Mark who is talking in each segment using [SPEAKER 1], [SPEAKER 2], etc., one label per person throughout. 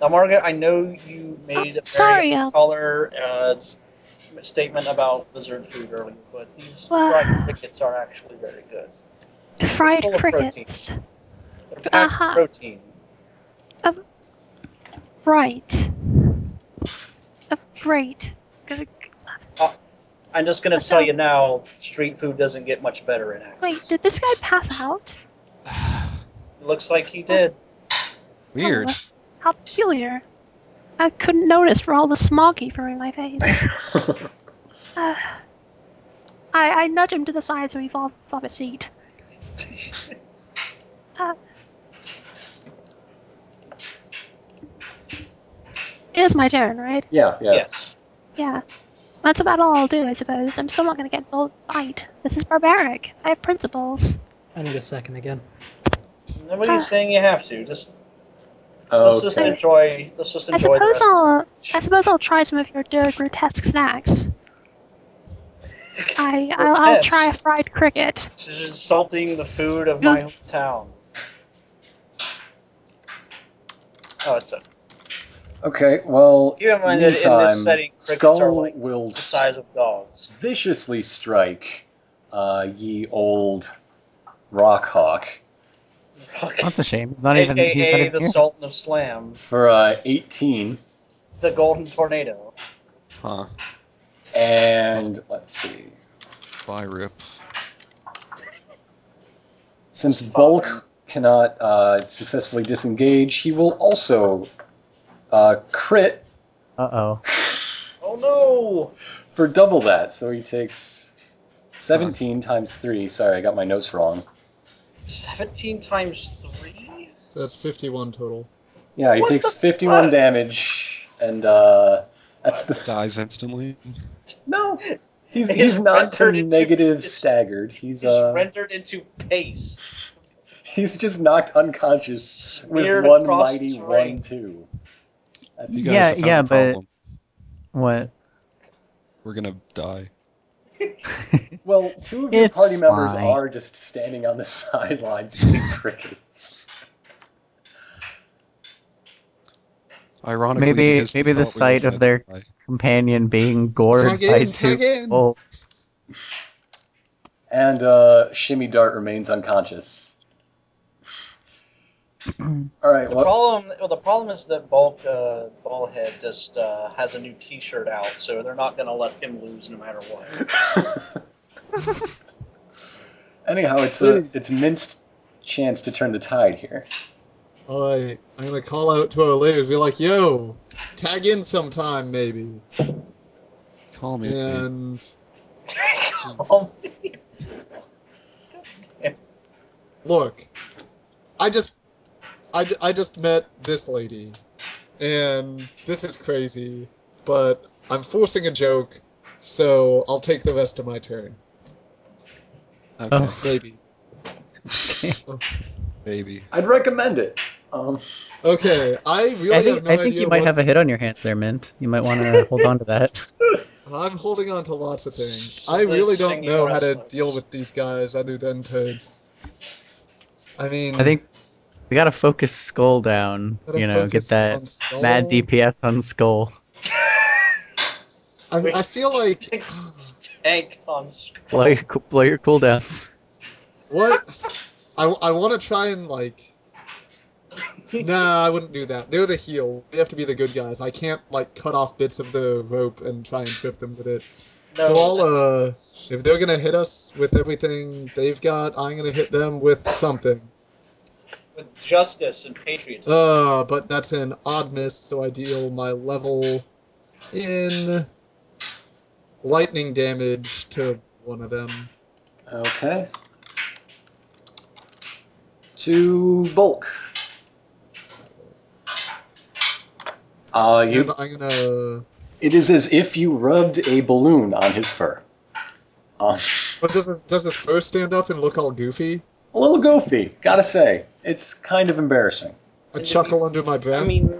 [SPEAKER 1] Now, Margaret, I know you made a very
[SPEAKER 2] Sorry, Al.
[SPEAKER 1] color uh, s- statement about lizard food earlier, but these fried
[SPEAKER 2] Wow.
[SPEAKER 1] crickets are actually very good.
[SPEAKER 2] Fried
[SPEAKER 1] Full of protein.
[SPEAKER 2] crickets.
[SPEAKER 1] They're packed with
[SPEAKER 2] Aha.
[SPEAKER 1] protein.
[SPEAKER 2] Uh, right. Uh, great. G- g-
[SPEAKER 1] Uh, I'm just going to tell
[SPEAKER 2] So,
[SPEAKER 1] you now, street food doesn't get much better in
[SPEAKER 2] wait,
[SPEAKER 1] Axis.
[SPEAKER 2] did this guy pass out?
[SPEAKER 1] Looks like he
[SPEAKER 2] Oh,
[SPEAKER 1] did.
[SPEAKER 2] oh,
[SPEAKER 3] Weird.
[SPEAKER 2] uh, how peculiar. I couldn't notice for all the smog heaping in my face. Uh, I, I nudge him to the side so he falls off his seat. Uh, it is my turn, right?
[SPEAKER 4] Yeah, yeah.
[SPEAKER 1] Yes.
[SPEAKER 2] Yeah. That's about all I'll do, I suppose. I'm still not gonna get involved in a fight. This is barbaric. I have principles.
[SPEAKER 5] I need a second again.
[SPEAKER 1] Nobody's
[SPEAKER 2] Uh,
[SPEAKER 1] saying you have to. Just let's just
[SPEAKER 4] Okay.
[SPEAKER 2] I,
[SPEAKER 1] enjoy. Let's just
[SPEAKER 2] I
[SPEAKER 1] enjoy the
[SPEAKER 2] suppose
[SPEAKER 1] rest.
[SPEAKER 2] I'll I suppose I'll try some of your dir- grotesque snacks. I I'll, I'll try a
[SPEAKER 1] Grotesque.
[SPEAKER 2] fried cricket.
[SPEAKER 1] She's insulting the food of
[SPEAKER 2] Ugh,
[SPEAKER 1] my hometown. Oh, it's a,
[SPEAKER 4] Okay, well,
[SPEAKER 1] keep in mind that in this
[SPEAKER 4] meantime,
[SPEAKER 1] setting, crickets are
[SPEAKER 4] Skull
[SPEAKER 1] like
[SPEAKER 4] will
[SPEAKER 1] the size of dogs.
[SPEAKER 4] viciously strike uh, ye old Rock Hawk
[SPEAKER 3] That's a shame. He's not even. He's not
[SPEAKER 1] AKA
[SPEAKER 3] even
[SPEAKER 1] the
[SPEAKER 3] here.
[SPEAKER 1] Sultan of Slam,
[SPEAKER 4] for uh, 18.
[SPEAKER 1] the Golden Tornado.
[SPEAKER 3] Huh.
[SPEAKER 4] And let's see.
[SPEAKER 3] Bye, Rip.
[SPEAKER 4] Since
[SPEAKER 1] Spotting.
[SPEAKER 4] Bulk cannot uh, successfully disengage, he will also uh, crit
[SPEAKER 5] Uh oh.
[SPEAKER 1] Oh no!
[SPEAKER 4] for double that. So he takes 17 times 3. Sorry, I got my notes wrong.
[SPEAKER 1] 17 times 3?
[SPEAKER 6] So that's 51 total.
[SPEAKER 4] Yeah, he
[SPEAKER 1] What
[SPEAKER 4] takes
[SPEAKER 1] the
[SPEAKER 4] 51
[SPEAKER 1] fuck?
[SPEAKER 4] damage, and uh, that's the.
[SPEAKER 3] Dies instantly.
[SPEAKER 4] No! He's,
[SPEAKER 1] It is uh,
[SPEAKER 4] he's not to
[SPEAKER 1] rendered into.
[SPEAKER 4] negative
[SPEAKER 1] It's,
[SPEAKER 4] staggered. He's
[SPEAKER 1] it's
[SPEAKER 4] uh
[SPEAKER 1] rendered into paste.
[SPEAKER 4] he's just knocked unconscious with
[SPEAKER 1] Smeared
[SPEAKER 4] one
[SPEAKER 1] across the
[SPEAKER 4] mighty one
[SPEAKER 1] terrain.
[SPEAKER 4] two.
[SPEAKER 3] You
[SPEAKER 4] That's
[SPEAKER 3] guys
[SPEAKER 5] Yeah,
[SPEAKER 3] have found
[SPEAKER 5] yeah,
[SPEAKER 3] a
[SPEAKER 5] but
[SPEAKER 3] problem.
[SPEAKER 5] what?
[SPEAKER 3] We're gonna die.
[SPEAKER 4] Well, two of your
[SPEAKER 5] It's
[SPEAKER 4] party members
[SPEAKER 5] fine.
[SPEAKER 4] are just standing on the sidelines eating crickets.
[SPEAKER 3] Ironically,
[SPEAKER 5] Maybe
[SPEAKER 3] because they
[SPEAKER 5] maybe
[SPEAKER 3] thought
[SPEAKER 5] the
[SPEAKER 3] we were
[SPEAKER 5] sight
[SPEAKER 3] gonna
[SPEAKER 5] of their
[SPEAKER 3] die.
[SPEAKER 5] companion being gored
[SPEAKER 6] Tag
[SPEAKER 5] by
[SPEAKER 6] in,
[SPEAKER 5] two
[SPEAKER 6] tag in.
[SPEAKER 5] wolves.
[SPEAKER 4] And uh, Shimmy Dart remains unconscious. All right,
[SPEAKER 1] The
[SPEAKER 4] well,
[SPEAKER 1] problem, well, the problem is that Bulk, uh, Ballhead just uh, has a new T-shirt out, so they're not gonna let him lose no matter what.
[SPEAKER 4] anyhow, it's a it's minced chance to turn the tide here.
[SPEAKER 6] Alright, I'm gonna call out to our leaders, be like, yo, tag in sometime maybe.
[SPEAKER 3] Call me.
[SPEAKER 6] And.
[SPEAKER 1] Almost.
[SPEAKER 6] Look, I just. I, ju- I just met this lady, and this is crazy, but I'm forcing a joke, so I'll take the rest of my turn.
[SPEAKER 3] Okay,
[SPEAKER 5] Oh,
[SPEAKER 6] Maybe.
[SPEAKER 3] baby.
[SPEAKER 4] I'd recommend it. Um,
[SPEAKER 6] Okay, I
[SPEAKER 5] I
[SPEAKER 6] really
[SPEAKER 5] think
[SPEAKER 6] have
[SPEAKER 5] I
[SPEAKER 6] no
[SPEAKER 5] think you
[SPEAKER 6] idea
[SPEAKER 5] might
[SPEAKER 6] what.
[SPEAKER 5] have a hit on your hands there, Mint. You might want to hold on to that.
[SPEAKER 6] I'm holding on to lots of things. I
[SPEAKER 1] Those
[SPEAKER 6] really don't
[SPEAKER 1] singing
[SPEAKER 6] know how to
[SPEAKER 1] wrestlers.
[SPEAKER 6] deal with these guys other than to. I mean,
[SPEAKER 5] I think we gotta focus Skull down.
[SPEAKER 6] gotta
[SPEAKER 5] You know, get
[SPEAKER 6] focus
[SPEAKER 5] that
[SPEAKER 6] on skull.
[SPEAKER 5] mad DPS on Skull.
[SPEAKER 6] I, I feel like
[SPEAKER 1] Tank on
[SPEAKER 5] Blow your coo- blow your cooldowns.
[SPEAKER 6] what I, I want to try and like. Nah, I wouldn't do that. They're the heel. They have to be the good guys. I can't like cut off bits of the rope and try and trip them with it. So
[SPEAKER 1] No,
[SPEAKER 6] I'll uh, if they're gonna hit us with everything they've got, I'm gonna hit them with something.
[SPEAKER 1] with justice and patriotism.
[SPEAKER 6] Uh, but that's an oddness, so I deal my level in lightning damage to one of them.
[SPEAKER 4] okay. To bulk. Uh, you
[SPEAKER 6] And I'm gonna.
[SPEAKER 4] It is as if you rubbed a balloon on his fur. Um,
[SPEAKER 6] But does this, does this first stand up and look all goofy?
[SPEAKER 4] a little goofy, gotta say. It's kind of embarrassing.
[SPEAKER 6] I chuckle under my
[SPEAKER 1] I
[SPEAKER 6] breath.
[SPEAKER 1] mean,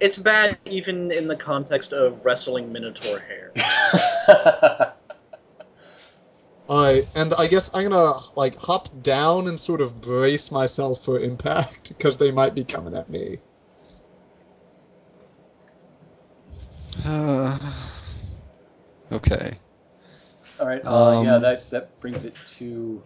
[SPEAKER 1] it's bad even in the context of wrestling Minotaur hair.
[SPEAKER 6] Alright, and I guess I'm gonna like hop down and sort of brace myself for impact because they might be coming at me.
[SPEAKER 3] Uh, okay.
[SPEAKER 4] All right. Uh, yeah,
[SPEAKER 3] Um,
[SPEAKER 4] that that brings it to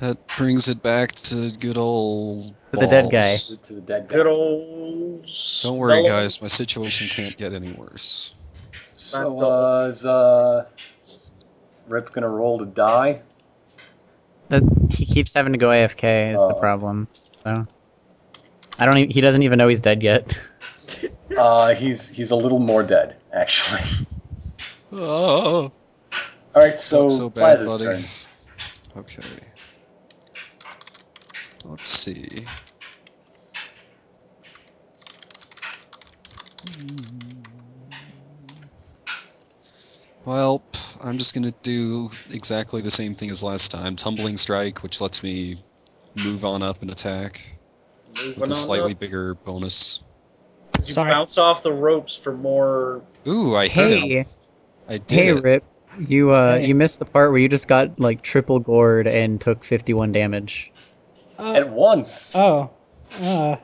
[SPEAKER 3] That brings it back to good old.
[SPEAKER 5] To the dead guy.
[SPEAKER 3] balls.
[SPEAKER 4] to the dead guy.
[SPEAKER 1] Good old.
[SPEAKER 3] Don't worry,
[SPEAKER 1] smell-
[SPEAKER 3] guys. My situation can't get any worse.
[SPEAKER 4] So uh, is uh, Rip gonna roll to die?
[SPEAKER 5] That, he keeps having to go AFK. Is the
[SPEAKER 6] Uh.
[SPEAKER 4] Oh.
[SPEAKER 5] problem. So I don't. E- he doesn't even know he's dead yet.
[SPEAKER 4] Uh, he's he's a little more dead actually.
[SPEAKER 3] Oh,
[SPEAKER 4] All right, so,
[SPEAKER 3] not so bad,
[SPEAKER 4] Plaz's
[SPEAKER 3] buddy.
[SPEAKER 4] turn.
[SPEAKER 3] Okay. Let's see. Well, I'm just gonna do exactly the same thing as last time. Tumbling strike, which lets me move on up and attack
[SPEAKER 1] Moving
[SPEAKER 3] with
[SPEAKER 1] on
[SPEAKER 3] a slightly
[SPEAKER 1] up.
[SPEAKER 3] bigger bonus.
[SPEAKER 1] You
[SPEAKER 5] Sorry.
[SPEAKER 1] bounce off the ropes for more.
[SPEAKER 3] Ooh, I hit him.
[SPEAKER 5] Hey,
[SPEAKER 3] I did
[SPEAKER 5] hey,
[SPEAKER 3] it.
[SPEAKER 5] Rip. You uh,
[SPEAKER 1] Hey.
[SPEAKER 5] you missed the part where you just got like triple gored and took 51 damage.
[SPEAKER 7] Uh,
[SPEAKER 4] At once,
[SPEAKER 7] oh. Uh,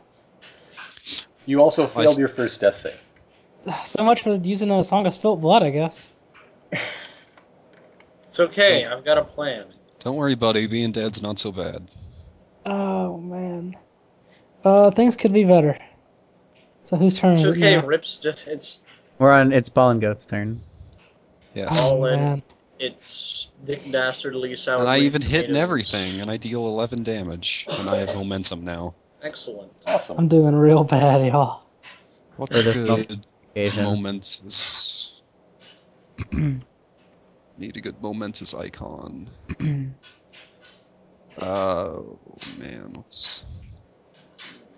[SPEAKER 4] you also
[SPEAKER 3] I s-
[SPEAKER 4] failed your first death save.
[SPEAKER 7] uh, so much for using a song of spilt blood, I guess.
[SPEAKER 1] It's okay. I've got a plan.
[SPEAKER 3] Don't worry, buddy. Being dead's not so bad.
[SPEAKER 7] Oh man. Uh, things could be better. So whose turn
[SPEAKER 1] It's
[SPEAKER 5] Mm,
[SPEAKER 7] is it
[SPEAKER 1] okay.
[SPEAKER 7] now?
[SPEAKER 1] Rips. It's
[SPEAKER 5] We're on. It's Ball and Goat's turn.
[SPEAKER 3] Yes.
[SPEAKER 7] Oh
[SPEAKER 1] All in.
[SPEAKER 7] man.
[SPEAKER 1] it's Dick Dastardly sour.
[SPEAKER 3] and I
[SPEAKER 1] green
[SPEAKER 3] even hit in
[SPEAKER 1] tomatoes.
[SPEAKER 3] everything, and I deal 11 damage, and I have momentum now.
[SPEAKER 1] Excellent.
[SPEAKER 4] Awesome.
[SPEAKER 7] I'm doing real bad, y'all.
[SPEAKER 3] What's
[SPEAKER 5] this moment.
[SPEAKER 3] good
[SPEAKER 5] Asian.
[SPEAKER 3] momentous? Need a good momentous icon. Oh man, what's-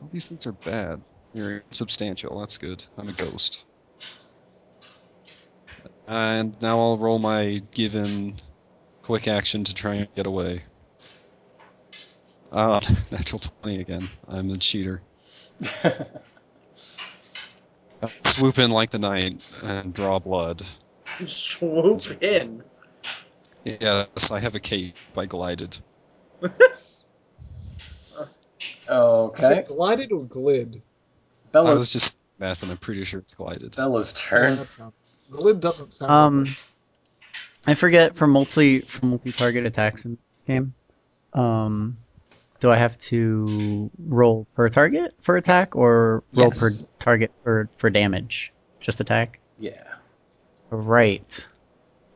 [SPEAKER 3] all these things are bad. You're substantial. That's good. I'm a ghost. And now I'll roll my given quick action to try and get away. Ah, natural 20 again. I'm a cheater. I'll swoop in like the knight and draw blood.
[SPEAKER 1] Swoop in.
[SPEAKER 3] Yes, I have a cape. I glided.
[SPEAKER 6] Is
[SPEAKER 4] Okay,
[SPEAKER 6] it glided or glid?
[SPEAKER 3] I
[SPEAKER 4] Bella's
[SPEAKER 3] was just math, and I'm pretty sure it's glided.
[SPEAKER 4] Bella's
[SPEAKER 6] Yeah,
[SPEAKER 4] turn.
[SPEAKER 6] that sound- glid doesn't sound.
[SPEAKER 5] Um, I forget for multi for multi target attacks in this game. Um, do I have to roll per target for attack or roll
[SPEAKER 4] Yes.
[SPEAKER 5] per target for for damage? Just attack.
[SPEAKER 4] Yeah.
[SPEAKER 5] Right.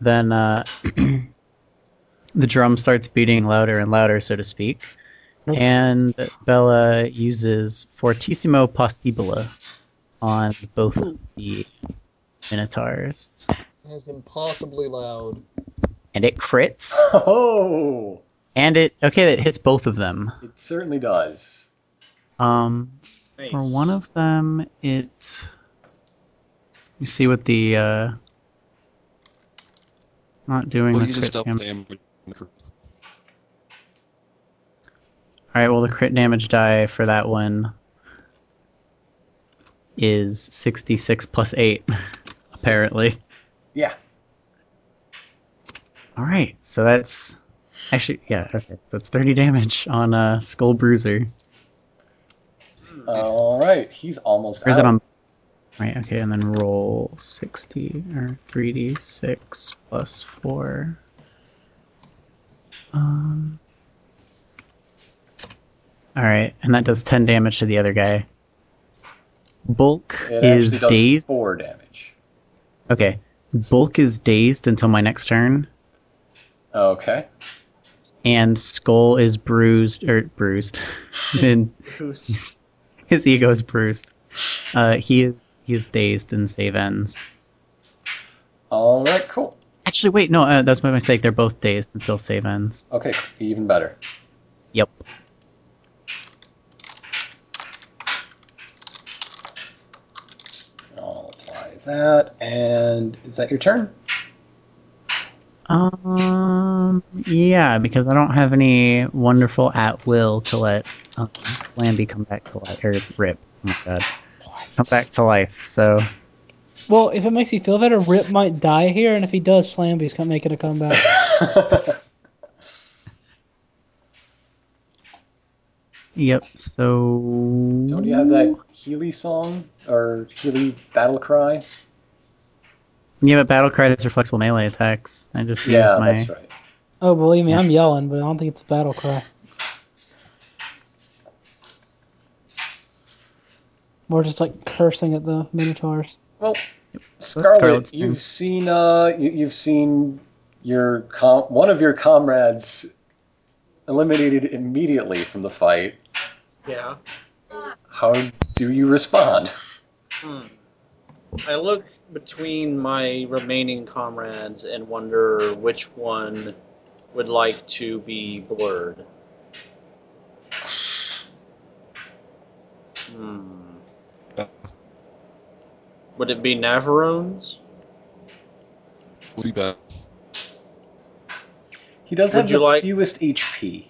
[SPEAKER 5] Then uh, the drum starts beating louder and louder, so to speak. And Bella uses Fortissimo Possibile on both of the Minotaurs.
[SPEAKER 6] It's impossibly loud.
[SPEAKER 5] And it crits.
[SPEAKER 4] Oh,
[SPEAKER 5] And it okay, it hits both of them.
[SPEAKER 4] it certainly does.
[SPEAKER 5] Um,
[SPEAKER 1] Nice.
[SPEAKER 5] for one of them, it. You see what the. Uh, it's not doing
[SPEAKER 3] Well,
[SPEAKER 5] the
[SPEAKER 3] you just
[SPEAKER 5] crit damage.
[SPEAKER 3] double damage.
[SPEAKER 5] All right. Well, the crit damage die for that one is sixty-six plus eight, apparently.
[SPEAKER 4] Yeah.
[SPEAKER 5] All right. So that's actually yeah. Okay. So it's thirty damage on uh, Skull Bruiser.
[SPEAKER 4] All right, he's almost.
[SPEAKER 5] Or is
[SPEAKER 4] out.
[SPEAKER 5] it Um, on? Right, okay, and then roll 60 or 3d6 plus 4. Um, Alright, and that does 10 damage to the other guy. Bulk
[SPEAKER 4] It
[SPEAKER 5] is
[SPEAKER 4] actually does
[SPEAKER 5] dazed.
[SPEAKER 4] four damage.
[SPEAKER 5] Okay. Bulk is dazed until my next turn,
[SPEAKER 4] Okay.
[SPEAKER 5] and Skull is bruised, or bruised. and
[SPEAKER 1] Who's-
[SPEAKER 5] He's, his ego is bruised. Uh, he is he is dazed and save ends.
[SPEAKER 4] All right. Cool.
[SPEAKER 5] Actually, wait, no, uh, that's my mistake. They're both dazed and still save ends.
[SPEAKER 4] Okay. Even better.
[SPEAKER 5] Yep.
[SPEAKER 4] I'll apply that. And is that your turn?
[SPEAKER 5] Um. Yeah, because I don't have any wonderful at will to let um, Slamby come back to life or Rip. Oh my god, come back to life. So
[SPEAKER 7] Well, if it makes you feel better, Rip might die here, and if he does, Slamby's come- making a comeback.
[SPEAKER 5] yep. So
[SPEAKER 4] Don't you have that Healy song or Healy battle cry?
[SPEAKER 5] Yeah, but battle cries are flexible melee attacks. I just
[SPEAKER 4] Yeah,
[SPEAKER 5] used my.
[SPEAKER 4] that's right.
[SPEAKER 7] Oh, believe me, I'm yelling, but I don't think it's a battle cry. We're just like cursing at the minotaurs.
[SPEAKER 4] Well,
[SPEAKER 5] Scarlet's
[SPEAKER 4] Scarlet,
[SPEAKER 5] thing.
[SPEAKER 4] you've seen uh, you, you've seen your com- one of your comrades eliminated immediately from the fight.
[SPEAKER 1] Yeah.
[SPEAKER 4] How do you respond?
[SPEAKER 1] Hmm. I look between my remaining comrades and wonder which one would like to be blurred. Hmm. Would it be Navarones?
[SPEAKER 3] What do you bet?
[SPEAKER 4] He does
[SPEAKER 1] Would
[SPEAKER 4] have
[SPEAKER 1] you
[SPEAKER 4] the
[SPEAKER 1] like-
[SPEAKER 4] fewest HP.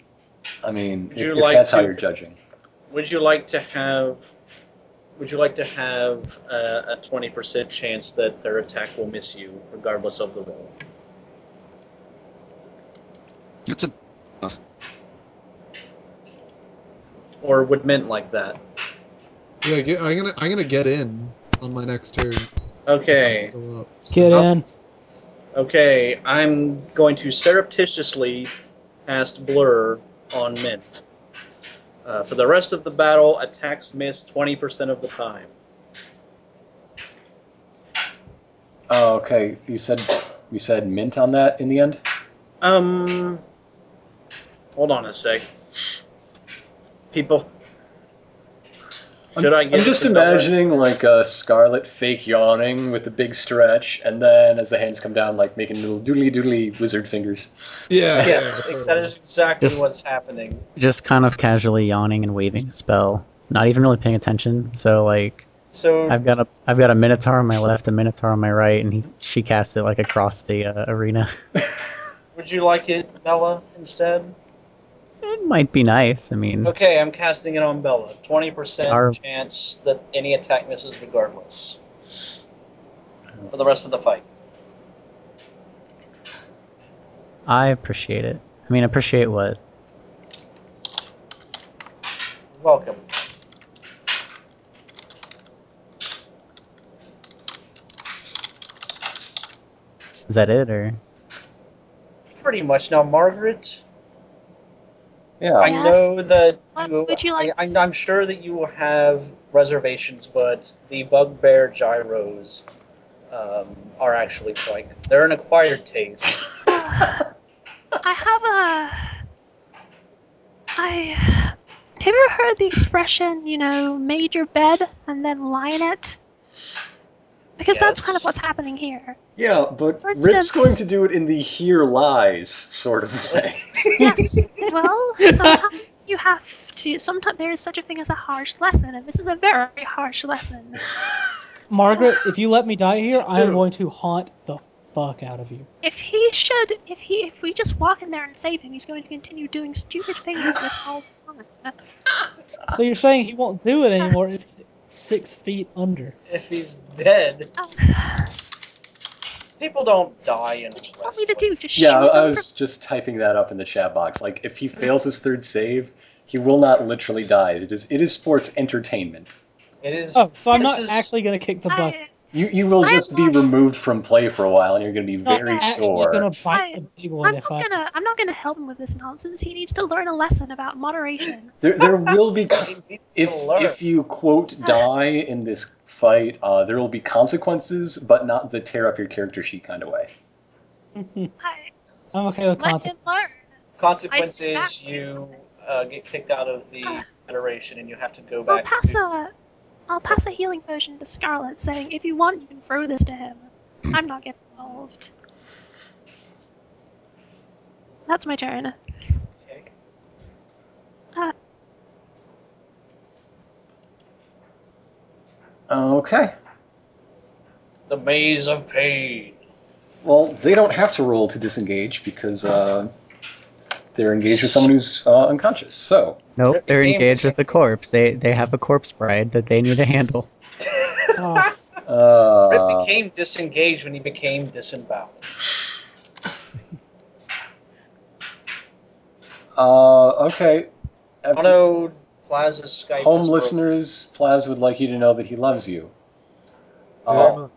[SPEAKER 4] I mean,
[SPEAKER 1] Would
[SPEAKER 4] if,
[SPEAKER 1] you
[SPEAKER 4] if
[SPEAKER 1] like
[SPEAKER 4] that's how
[SPEAKER 1] to-
[SPEAKER 4] you're judging.
[SPEAKER 1] Would you like to have? Would you like to have a twenty percent chance that their attack will miss you, regardless of the roll?
[SPEAKER 3] It's a
[SPEAKER 1] Or would mint like that?
[SPEAKER 6] Yeah, get, I'm gonna I'm gonna get in on my next turn. I'm
[SPEAKER 1] Okay.
[SPEAKER 6] still up. so-
[SPEAKER 7] Get
[SPEAKER 5] Oh,
[SPEAKER 1] Huh?
[SPEAKER 7] in.
[SPEAKER 1] Okay, I'm going to surreptitiously cast Blur on Mint. Uh, for the rest of the battle, attacks miss 20% of the time.
[SPEAKER 4] Oh, okay. You said you said mint on that in the end.
[SPEAKER 1] Um. Hold on a sec. People.
[SPEAKER 4] I'm-
[SPEAKER 1] Should I
[SPEAKER 4] I'm
[SPEAKER 1] get
[SPEAKER 4] just
[SPEAKER 1] the numbers?
[SPEAKER 4] imagining like a Scarlet fake yawning with a big stretch, and then as the hands come down, like making little doodly doodly wizard fingers.
[SPEAKER 6] Yeah,
[SPEAKER 1] Yes,
[SPEAKER 6] yeah,
[SPEAKER 1] that
[SPEAKER 6] totally.
[SPEAKER 1] is exactly
[SPEAKER 5] Just-
[SPEAKER 1] what's happening.
[SPEAKER 5] Just kind of casually yawning and waving a spell, not even really paying attention. So like,
[SPEAKER 1] So,
[SPEAKER 5] I've got a I've got a minotaur on my left, a minotaur on my right, and he, she casts it like across the uh, arena.
[SPEAKER 1] would you like it, Bella, instead?
[SPEAKER 5] It might be nice. I mean,
[SPEAKER 1] Okay, I'm casting it on Bella. 20%
[SPEAKER 5] Our-
[SPEAKER 1] chance that any attack misses regardless. For the rest of the fight.
[SPEAKER 5] I appreciate it. I mean, I appreciate what
[SPEAKER 1] Welcome.
[SPEAKER 5] is that it or
[SPEAKER 1] Pretty much. Now, Margaret,
[SPEAKER 4] Yeah.
[SPEAKER 1] I
[SPEAKER 2] Yes.
[SPEAKER 1] know that
[SPEAKER 2] What
[SPEAKER 1] you,
[SPEAKER 2] would you like
[SPEAKER 1] I, I'm, I'm sure that you will have reservations, but the bugbear gyros um, are actually like, they're an acquired taste.
[SPEAKER 2] I have a. I. Have you ever heard the expression, you know, made your bed and then lie in it? Because that's kind
[SPEAKER 1] Yes.
[SPEAKER 2] of what's happening here.
[SPEAKER 4] Yeah, but
[SPEAKER 2] For
[SPEAKER 4] Rip's
[SPEAKER 2] instance-
[SPEAKER 4] going to do it in the here lies sort of way.
[SPEAKER 2] Yes, well, sometimes you have to. Sometimes there is such a thing as a harsh lesson, and this is a very harsh lesson.
[SPEAKER 7] Margaret, if you let me die here, I am going to haunt the fuck out of you.
[SPEAKER 2] If he should, if he, if we just walk in there and save him, he's going to continue doing stupid things like this whole time.
[SPEAKER 7] So you're saying he won't do it anymore if he's six feet under.
[SPEAKER 1] if he's dead,
[SPEAKER 2] Um, what
[SPEAKER 1] people don't die in
[SPEAKER 2] do you want me to
[SPEAKER 1] wrestling.
[SPEAKER 2] do? Just
[SPEAKER 4] yeah,
[SPEAKER 2] shoot
[SPEAKER 4] I
[SPEAKER 2] him
[SPEAKER 4] was just typing that up in the chat box. Like, if he fails his third save, he will not literally die. It is it is sports entertainment.
[SPEAKER 1] It is.
[SPEAKER 7] Oh, so I'm
[SPEAKER 1] this
[SPEAKER 7] not
[SPEAKER 1] is-
[SPEAKER 7] actually gonna kick the
[SPEAKER 2] from-
[SPEAKER 7] bucket.
[SPEAKER 2] I-
[SPEAKER 4] You you will
[SPEAKER 2] I'm
[SPEAKER 4] just be
[SPEAKER 2] not-
[SPEAKER 4] removed from play for a while, and you're going to be
[SPEAKER 7] I'm
[SPEAKER 4] very
[SPEAKER 7] actually
[SPEAKER 4] sore.
[SPEAKER 7] gonna bite
[SPEAKER 2] I-
[SPEAKER 7] the big one
[SPEAKER 2] I'm
[SPEAKER 7] if
[SPEAKER 2] not
[SPEAKER 7] I.
[SPEAKER 2] gonna. I'm not gonna help him with this nonsense. He needs to learn a lesson about moderation.
[SPEAKER 4] There there will be
[SPEAKER 1] He needs to
[SPEAKER 4] if
[SPEAKER 1] learn.
[SPEAKER 4] if you quote die in this fight, uh, there will be consequences, but not the tear up your character sheet kind of way.
[SPEAKER 2] I,
[SPEAKER 7] I'm okay with
[SPEAKER 2] let him learn.
[SPEAKER 7] consequences.
[SPEAKER 1] consequence
[SPEAKER 2] I
[SPEAKER 1] is you uh, get kicked out of the federation and you have to go
[SPEAKER 2] I'll
[SPEAKER 1] back.
[SPEAKER 2] pass
[SPEAKER 1] to-
[SPEAKER 2] a. I'll pass a healing potion to Scarlet, saying, "If you want, you can throw this to him. I'm not getting involved." That's my turn.
[SPEAKER 4] Okay.
[SPEAKER 1] The maze of pain.
[SPEAKER 4] Well, they don't have to roll to disengage because uh, they're engaged with someone who's uh, unconscious. So
[SPEAKER 5] nope. They're
[SPEAKER 1] Game
[SPEAKER 5] engaged
[SPEAKER 1] is-
[SPEAKER 5] with the corpse. They they have a corpse bride that they need to handle.
[SPEAKER 7] Oh,
[SPEAKER 1] Rip
[SPEAKER 4] uh,
[SPEAKER 1] became disengaged when he became disemboweled.
[SPEAKER 4] uh, okay.
[SPEAKER 1] I don't know. Plaza Skype.
[SPEAKER 4] Home
[SPEAKER 1] is broken.
[SPEAKER 4] listeners, Plaz would like you to know that he loves you.
[SPEAKER 6] Very
[SPEAKER 4] Uh,
[SPEAKER 6] much.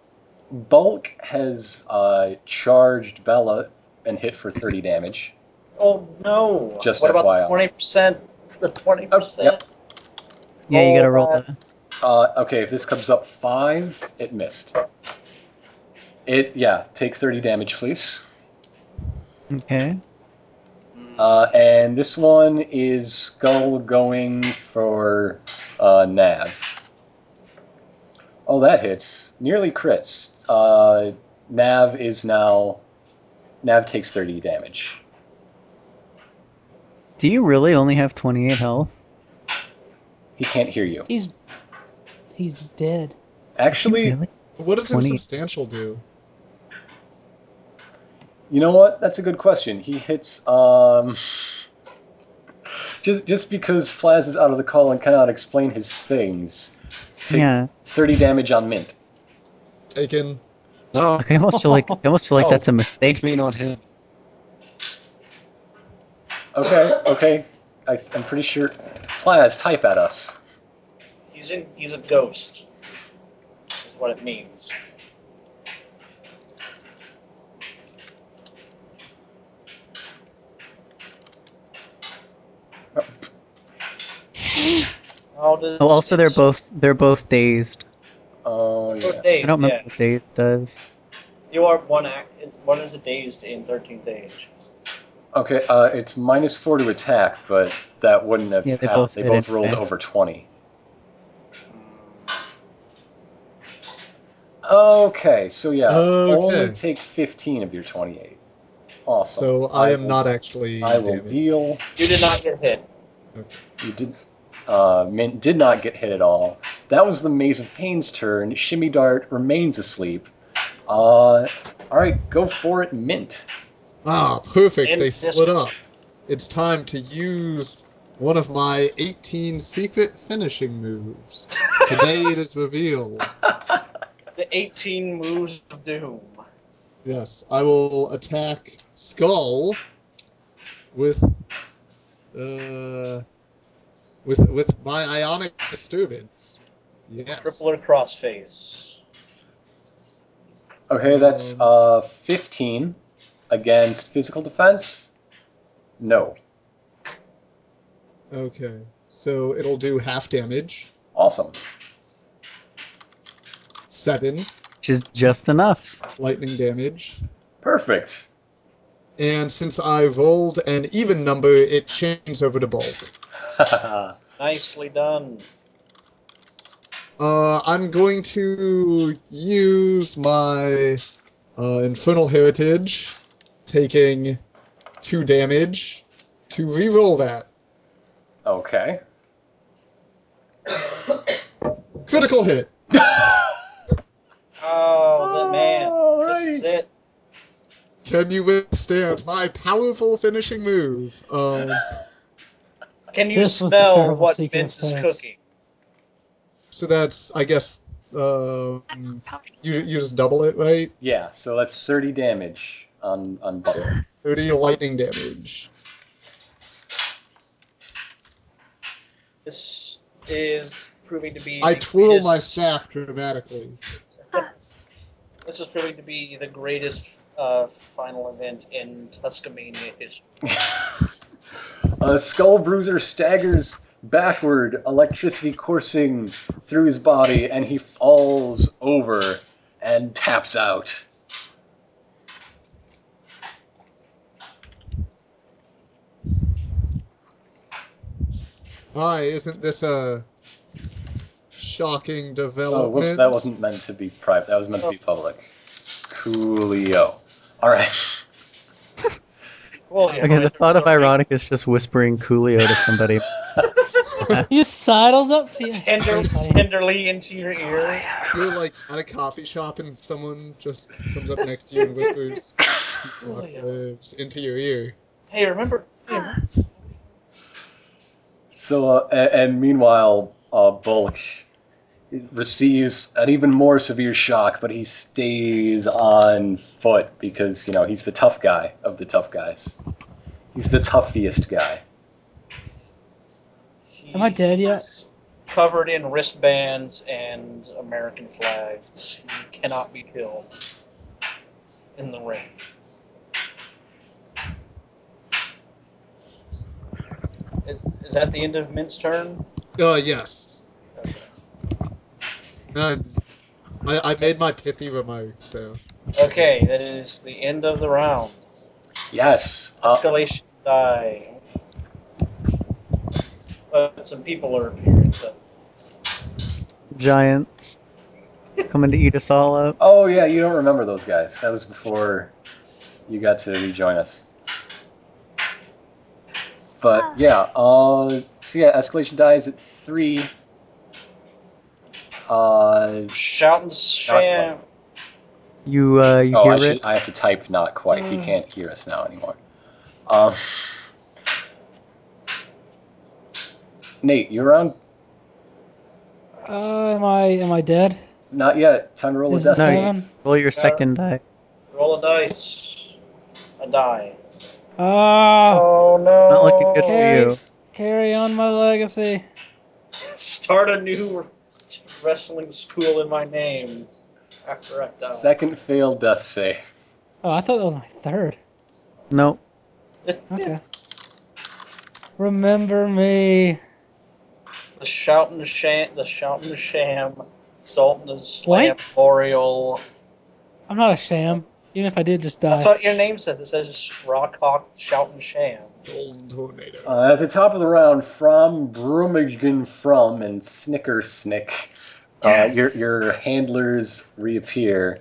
[SPEAKER 4] Bulk has uh, charged Bella and hit for 30 damage.
[SPEAKER 1] Oh no!
[SPEAKER 4] Just
[SPEAKER 1] what
[SPEAKER 4] FYI.
[SPEAKER 1] about twenty percent? The twenty percent.
[SPEAKER 5] Yeah, you gotta roll
[SPEAKER 1] Oh,
[SPEAKER 5] that.
[SPEAKER 4] Uh, okay, if this comes up five, it missed. It yeah, take 30 damage, please.
[SPEAKER 5] Okay.
[SPEAKER 4] Uh, and this one is skull going for uh, Nav. Oh, that hits. Nearly crits. Uh, Nav is now. Nav takes 30 damage.
[SPEAKER 5] Do you really only have 28 health?
[SPEAKER 4] He can't hear you.
[SPEAKER 7] He's he's dead.
[SPEAKER 4] Actually,
[SPEAKER 5] Really?
[SPEAKER 6] What does
[SPEAKER 5] 20.
[SPEAKER 6] insubstantial do?
[SPEAKER 4] You know what? That's a good question. He hits um just just because Flaz is out of the call and cannot explain his things. Take
[SPEAKER 5] Yeah.
[SPEAKER 4] thirty damage on Mint.
[SPEAKER 6] Taken.
[SPEAKER 3] No,
[SPEAKER 5] Like, I almost feel like I almost feel like
[SPEAKER 3] Oh.
[SPEAKER 5] that's a mistake.
[SPEAKER 3] me, not him.
[SPEAKER 4] Okay, okay. I, I'm pretty sure Flaz type at us.
[SPEAKER 1] He's in. He's a ghost. Is what it means. How does
[SPEAKER 5] Oh, also they're both they're both dazed.
[SPEAKER 4] Oh
[SPEAKER 1] Both
[SPEAKER 4] yeah.
[SPEAKER 5] I
[SPEAKER 1] dazed,
[SPEAKER 5] don't remember
[SPEAKER 1] yeah.
[SPEAKER 5] what dazed does.
[SPEAKER 1] You are one act. It's, one is a dazed in thirteenth age.
[SPEAKER 4] Okay, uh, it's minus four to attack, but that wouldn't have
[SPEAKER 5] Yeah, they
[SPEAKER 4] happened.
[SPEAKER 5] both
[SPEAKER 4] they
[SPEAKER 5] hit
[SPEAKER 4] both
[SPEAKER 5] it,
[SPEAKER 4] rolled
[SPEAKER 5] right?
[SPEAKER 4] over twenty.
[SPEAKER 5] Hmm.
[SPEAKER 4] Okay, so yeah, only
[SPEAKER 6] Okay.
[SPEAKER 4] take fifteen of your twenty-eight. Awesome.
[SPEAKER 6] So I am
[SPEAKER 4] will-
[SPEAKER 6] not actually
[SPEAKER 4] I will
[SPEAKER 6] damaged.
[SPEAKER 4] deal.
[SPEAKER 1] You did not get hit.
[SPEAKER 4] You did. Uh, Mint did not get hit at all. That was the Maze of Pain's turn. Shimmy Dart remains asleep. Uh, all right, go for it, Mint.
[SPEAKER 6] Ah, perfect.
[SPEAKER 1] And
[SPEAKER 6] they
[SPEAKER 1] this-
[SPEAKER 6] split up. It's time to use one of my 18 secret finishing moves. Today it is revealed.
[SPEAKER 1] The eighteen moves of doom.
[SPEAKER 6] Yes, I will attack Skull with uh with with my ionic disturbance. Yes.
[SPEAKER 1] Crippler crossface.
[SPEAKER 4] Okay, that's uh 15 against physical defense. No,
[SPEAKER 6] Okay. So it'll do half damage.
[SPEAKER 4] awesome.
[SPEAKER 6] 7
[SPEAKER 5] Which is just enough.
[SPEAKER 6] lightning damage.
[SPEAKER 4] Perfect.
[SPEAKER 6] And since I rolled an even number, it changes over to bulk.
[SPEAKER 1] Nicely done.
[SPEAKER 6] Uh, I'm going to use my uh, Infernal Heritage, taking two damage, to reroll that.
[SPEAKER 4] okay.
[SPEAKER 6] Critical hit!
[SPEAKER 1] Oh, the man.
[SPEAKER 4] Alrighty.
[SPEAKER 1] This is it.
[SPEAKER 6] Can you withstand my powerful finishing move? Um,
[SPEAKER 1] Can you
[SPEAKER 7] This was the
[SPEAKER 1] smell
[SPEAKER 7] terrible
[SPEAKER 1] what
[SPEAKER 7] secret
[SPEAKER 1] Vince is
[SPEAKER 7] sauce.
[SPEAKER 1] cooking?
[SPEAKER 6] so that's, I guess, um, you, you just double it, right?
[SPEAKER 4] Yeah, so that's 30 damage on on Bubble.
[SPEAKER 6] 30 lightning damage.
[SPEAKER 1] This is proving to be.
[SPEAKER 6] I
[SPEAKER 1] the
[SPEAKER 6] twirl my
[SPEAKER 1] greatest-
[SPEAKER 6] staff dramatically.
[SPEAKER 1] This is proving to be the greatest uh, final event in Tuscamania history.
[SPEAKER 4] A skull bruiser staggers backward, electricity coursing through his body, and he falls over and taps out.
[SPEAKER 6] Why isn't this a shocking development?
[SPEAKER 4] Oh, whoops, Oh. that wasn't meant to be private. That was meant to be public. Coolio. Alright.
[SPEAKER 1] Well,
[SPEAKER 5] Okay, the thought of ironic is just whispering Coolio to somebody.
[SPEAKER 7] You sidles up to you.
[SPEAKER 1] Tender, tenderly into your
[SPEAKER 7] Oh,
[SPEAKER 1] ear.
[SPEAKER 6] You're like at a coffee shop and someone just comes up next to you and whispers lives into your ear.
[SPEAKER 1] Hey, remember? hey, remember-
[SPEAKER 4] So, uh, a- and meanwhile, uh, Bulk receives an even more severe shock, but he stays on foot because, you know, he's the tough guy of the tough guys. He's the toughiest guy.
[SPEAKER 1] he-
[SPEAKER 7] Am I dead yet?
[SPEAKER 1] covered in wristbands and American flags. You cannot be killed in the ring. Is, is that the end of Mint's turn?
[SPEAKER 6] Uh, yes.
[SPEAKER 1] Okay.
[SPEAKER 6] Uh, I, I made my pithy remark, so.
[SPEAKER 1] Okay, that is the end of the round.
[SPEAKER 4] Yes. Uh,
[SPEAKER 1] Escalation die. But some people are appearing, so.
[SPEAKER 5] Giants coming to eat us all up.
[SPEAKER 4] oh yeah, you don't remember those guys. That was before you got to rejoin us. But yeah, uh, so yeah, escalation dies at three. Uh,
[SPEAKER 1] Shout and sham.
[SPEAKER 5] You uh, you
[SPEAKER 4] oh,
[SPEAKER 5] hear Mm.
[SPEAKER 4] I,
[SPEAKER 5] it?
[SPEAKER 4] should, I have to type not quite. He can't hear us now anymore. Um, Nate, you're on.
[SPEAKER 7] Uh, am I am I dead?
[SPEAKER 4] Not yet. Time to roll a
[SPEAKER 7] Is this
[SPEAKER 4] death.
[SPEAKER 5] No,
[SPEAKER 4] save.
[SPEAKER 5] you-
[SPEAKER 7] seven?
[SPEAKER 5] Roll your second die.
[SPEAKER 1] Roll a dice. A die.
[SPEAKER 7] Ah,
[SPEAKER 1] Oh no.
[SPEAKER 5] Not looking good for
[SPEAKER 7] Carry,
[SPEAKER 5] you.
[SPEAKER 7] carry on my legacy.
[SPEAKER 1] Start a new wrestling school in my name after I die.
[SPEAKER 4] Second failed death save.
[SPEAKER 7] Oh, I thought that was my third.
[SPEAKER 5] Nope.
[SPEAKER 7] Okay. Remember me.
[SPEAKER 1] The shouting sham, the shouting sham, Sultan of Slam,
[SPEAKER 7] What?
[SPEAKER 1] Oriole.
[SPEAKER 7] I'm not a sham. Even if I did just die.
[SPEAKER 1] That's what your name says. It says Rock Hawk Shouting Sham.
[SPEAKER 6] Golden Tornado.
[SPEAKER 4] Uh, at the top of the round, from Brumigan from and Snicker Snick, uh, your your handlers reappear.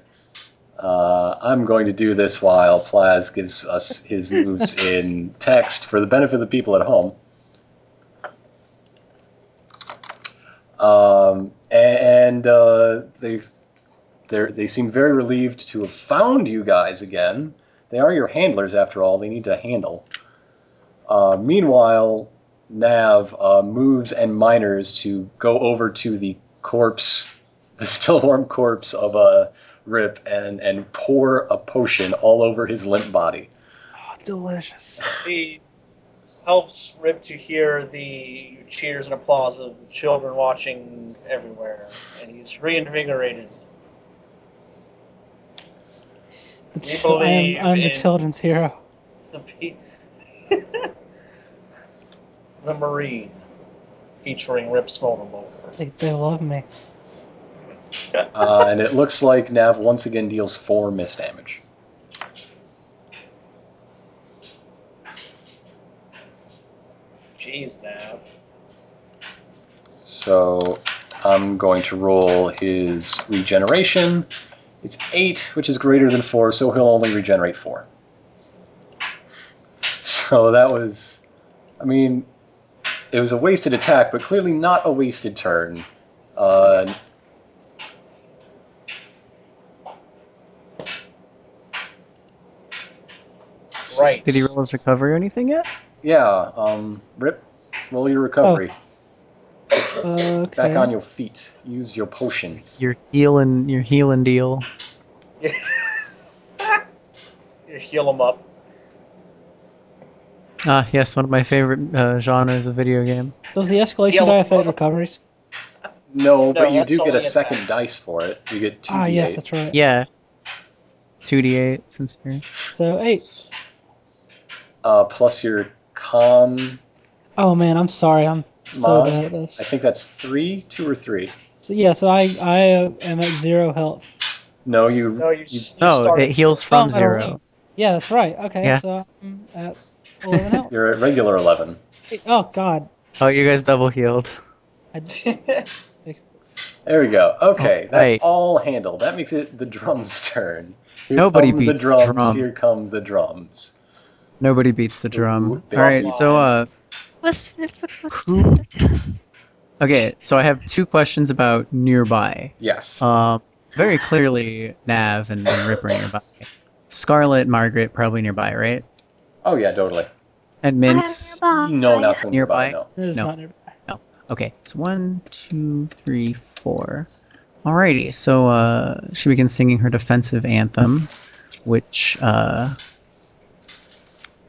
[SPEAKER 4] Uh, I'm going to do this while Plaz gives us his moves in text for the benefit of the people at home. Um, a- and uh, they they they seem very relieved to have found you guys again. They are your handlers after all. They need to handle. Uh, meanwhile, Nav uh, moves and miners to go over to the corpse, the still warm corpse of uh, Rip, and, and pour a potion all over his limp body.
[SPEAKER 7] Oh, delicious.
[SPEAKER 1] He helps Rip to hear the cheers and applause of the children watching everywhere, and he's reinvigorated.
[SPEAKER 7] The
[SPEAKER 1] We
[SPEAKER 7] chil- I
[SPEAKER 1] believe
[SPEAKER 7] am, I'm the
[SPEAKER 1] in-
[SPEAKER 7] children's hero.
[SPEAKER 1] The pe- the Marine, featuring Rip Smoltenberg.
[SPEAKER 7] They, they love me.
[SPEAKER 4] Uh, and it looks like Nav once again deals four miss damage.
[SPEAKER 1] Jeez, Nav.
[SPEAKER 4] So I'm going to roll his regeneration. It's eight, which is greater than four, so he'll only regenerate four. So that was, I mean, it was a wasted attack, but clearly not a wasted turn. Uh,
[SPEAKER 1] Right.
[SPEAKER 5] Did he roll his recovery or anything yet?
[SPEAKER 4] yeah, um, Rip, roll your recovery.
[SPEAKER 7] Okay.
[SPEAKER 4] Back on your feet. Use your potions.
[SPEAKER 5] Your healing, your healing deal.
[SPEAKER 1] You heal him up.
[SPEAKER 5] Ah, yes, one of my favorite uh, genres of video game.
[SPEAKER 7] Does the escalation
[SPEAKER 1] Yeah,
[SPEAKER 7] die affect
[SPEAKER 1] well-
[SPEAKER 7] recoveries?
[SPEAKER 1] No,
[SPEAKER 4] no, but you
[SPEAKER 1] that's
[SPEAKER 4] do get
[SPEAKER 1] only
[SPEAKER 4] a
[SPEAKER 1] attack.
[SPEAKER 4] second dice for it. You get two
[SPEAKER 7] Ah,
[SPEAKER 4] d8.
[SPEAKER 7] yes, that's right.
[SPEAKER 5] Yeah. 2d8 since you're.
[SPEAKER 7] So eight.
[SPEAKER 4] uh, plus your con.
[SPEAKER 7] Oh man, I'm sorry. I'm so
[SPEAKER 4] Mod?
[SPEAKER 7] bad at this.
[SPEAKER 4] I think that's three, two or three.
[SPEAKER 7] So yeah, so I I uh, am at zero health.
[SPEAKER 4] No, you.
[SPEAKER 1] No, you,
[SPEAKER 4] you-
[SPEAKER 1] s- you
[SPEAKER 5] No,
[SPEAKER 1] start
[SPEAKER 5] it
[SPEAKER 1] at
[SPEAKER 5] heals
[SPEAKER 1] zero.
[SPEAKER 5] from
[SPEAKER 7] Oh, I don't
[SPEAKER 5] zero.
[SPEAKER 7] Yeah, that's right. Okay,
[SPEAKER 5] Yeah.
[SPEAKER 7] so uh, I'm at eleven health.
[SPEAKER 4] You're at regular eleven.
[SPEAKER 7] Oh god,
[SPEAKER 5] Oh, you guys double healed.
[SPEAKER 7] I fixed it.
[SPEAKER 4] There we go. Okay, that's
[SPEAKER 5] Alright.
[SPEAKER 4] all handled. That makes it the drums' turn. Here
[SPEAKER 5] Nobody
[SPEAKER 4] come
[SPEAKER 5] beats
[SPEAKER 4] the
[SPEAKER 5] the
[SPEAKER 4] drums.
[SPEAKER 5] drum.
[SPEAKER 4] Here come the drums.
[SPEAKER 5] Nobody beats the drum.
[SPEAKER 4] They
[SPEAKER 5] All right, so uh,
[SPEAKER 2] What's, what's, what's
[SPEAKER 5] Who- okay, so I have two questions about nearby.
[SPEAKER 4] Yes.
[SPEAKER 5] Um, very clearly, Nav and, and Rip are nearby. Scarlet, Margaret, probably nearby, right?
[SPEAKER 4] oh yeah, totally.
[SPEAKER 5] And
[SPEAKER 2] I am
[SPEAKER 5] Mint.
[SPEAKER 2] nearby.
[SPEAKER 4] no, not so
[SPEAKER 5] Nearby.
[SPEAKER 4] No.
[SPEAKER 7] It is
[SPEAKER 5] No.
[SPEAKER 7] not nearby.
[SPEAKER 5] Okay, it's one, two, three, four. Alrighty, so uh, she begins singing her defensive anthem, which uh,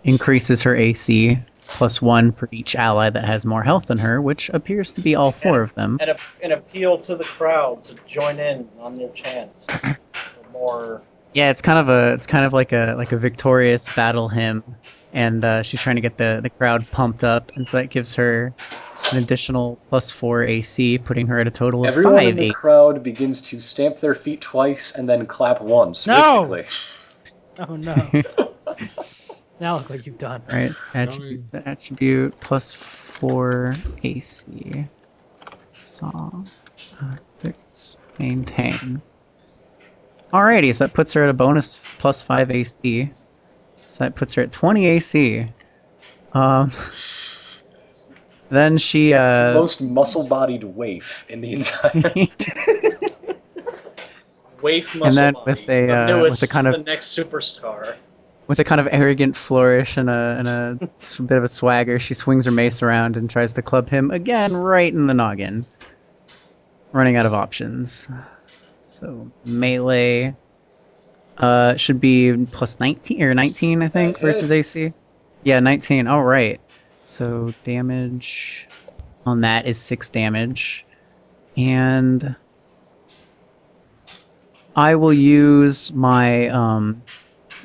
[SPEAKER 5] increases her AC plus one for each ally that has more health than her, which appears to be all four of them.
[SPEAKER 1] And a, an appeal to the crowd to join in on their chant. For more.
[SPEAKER 5] Yeah, it's kind of a it's kind of like a like a victorious battle hymn, and uh, she's trying to get the the crowd pumped up, and so that gives her an additional plus four AC, putting her at a total of
[SPEAKER 4] Everyone in
[SPEAKER 5] five
[SPEAKER 4] the
[SPEAKER 5] AC.
[SPEAKER 4] crowd begins to stamp their feet twice and then clap once.
[SPEAKER 7] No!
[SPEAKER 4] rhythmically.
[SPEAKER 7] Oh no. now look what you've done.
[SPEAKER 5] All right, so attributes, attribute plus four AC. Saw uh, six maintain. Alrighty, so that puts her at a bonus plus five AC. So that puts her at twenty AC. Um. Then she uh.
[SPEAKER 4] Most muscle-bodied waif in the entire.
[SPEAKER 1] Waif muscle
[SPEAKER 5] And then
[SPEAKER 1] body,
[SPEAKER 5] with a,
[SPEAKER 1] the
[SPEAKER 5] uh, with a
[SPEAKER 1] newest,
[SPEAKER 5] kind of-
[SPEAKER 1] the next superstar.
[SPEAKER 5] with a kind of arrogant flourish and a, and a s- bit of a swagger, she swings her mace around and tries to club him again right in the noggin. Running out of options. So melee uh, should be plus 19 or 19, I think,
[SPEAKER 4] That
[SPEAKER 5] versus
[SPEAKER 4] hits.
[SPEAKER 5] AC. Yeah, 19. All right. So damage on that is six damage, and I will use my um,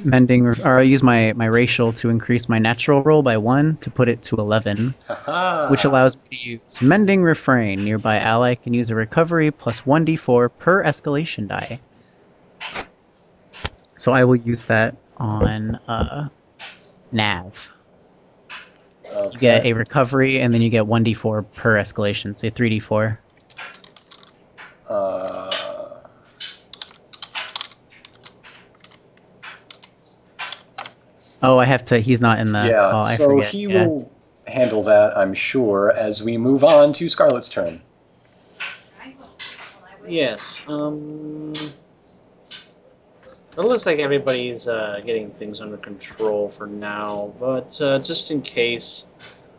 [SPEAKER 5] mending or I use my my racial to increase my natural roll by one to put it to eleven,
[SPEAKER 4] Haha.
[SPEAKER 5] which allows me to use mending refrain. Nearby ally can use a recovery plus one d4 per escalation die. So I will use that on uh, Nav.
[SPEAKER 4] Okay.
[SPEAKER 5] You get a recovery, and then you get one d4 per escalation, so three d4.
[SPEAKER 4] Uh,
[SPEAKER 5] Oh, I have to. He's not in the.
[SPEAKER 4] yeah,
[SPEAKER 5] oh, I
[SPEAKER 4] so
[SPEAKER 5] forget.
[SPEAKER 4] he
[SPEAKER 5] yeah.
[SPEAKER 4] will handle that, I'm sure, as we move on to Scarlet's turn.
[SPEAKER 1] Yes. Um. It looks like everybody's uh, getting things under control for now, but uh, just in case,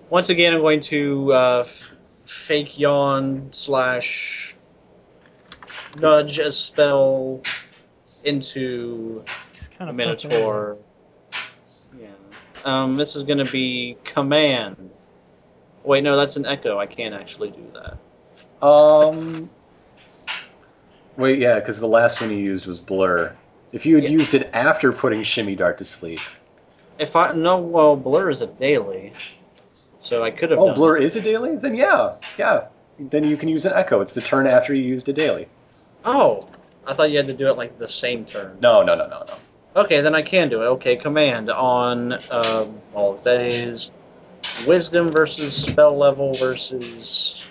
[SPEAKER 1] once again, I'm going to uh, f- fake yawn slash nudge a spell into
[SPEAKER 7] It's
[SPEAKER 1] a
[SPEAKER 7] kind of
[SPEAKER 1] minotaur. Yeah. Um, this is going to be command. Wait, no, that's an echo. I can't actually do that.
[SPEAKER 4] Um. Wait, yeah, because the last one you used was Blur. If you had
[SPEAKER 1] Yeah.
[SPEAKER 4] used it after putting Shimmy Dart to sleep.
[SPEAKER 1] If I no, well, blur is a daily, so I could have.
[SPEAKER 4] Oh,
[SPEAKER 1] done
[SPEAKER 4] Blur is a daily? Then yeah, yeah. Then you can use an Echo. It's the turn after you used a daily.
[SPEAKER 1] Oh, I thought you had to do it like the same turn.
[SPEAKER 4] No, no, no, no, no.
[SPEAKER 1] Okay, then I can do it. Okay, command on um, all days. Wisdom versus spell level versus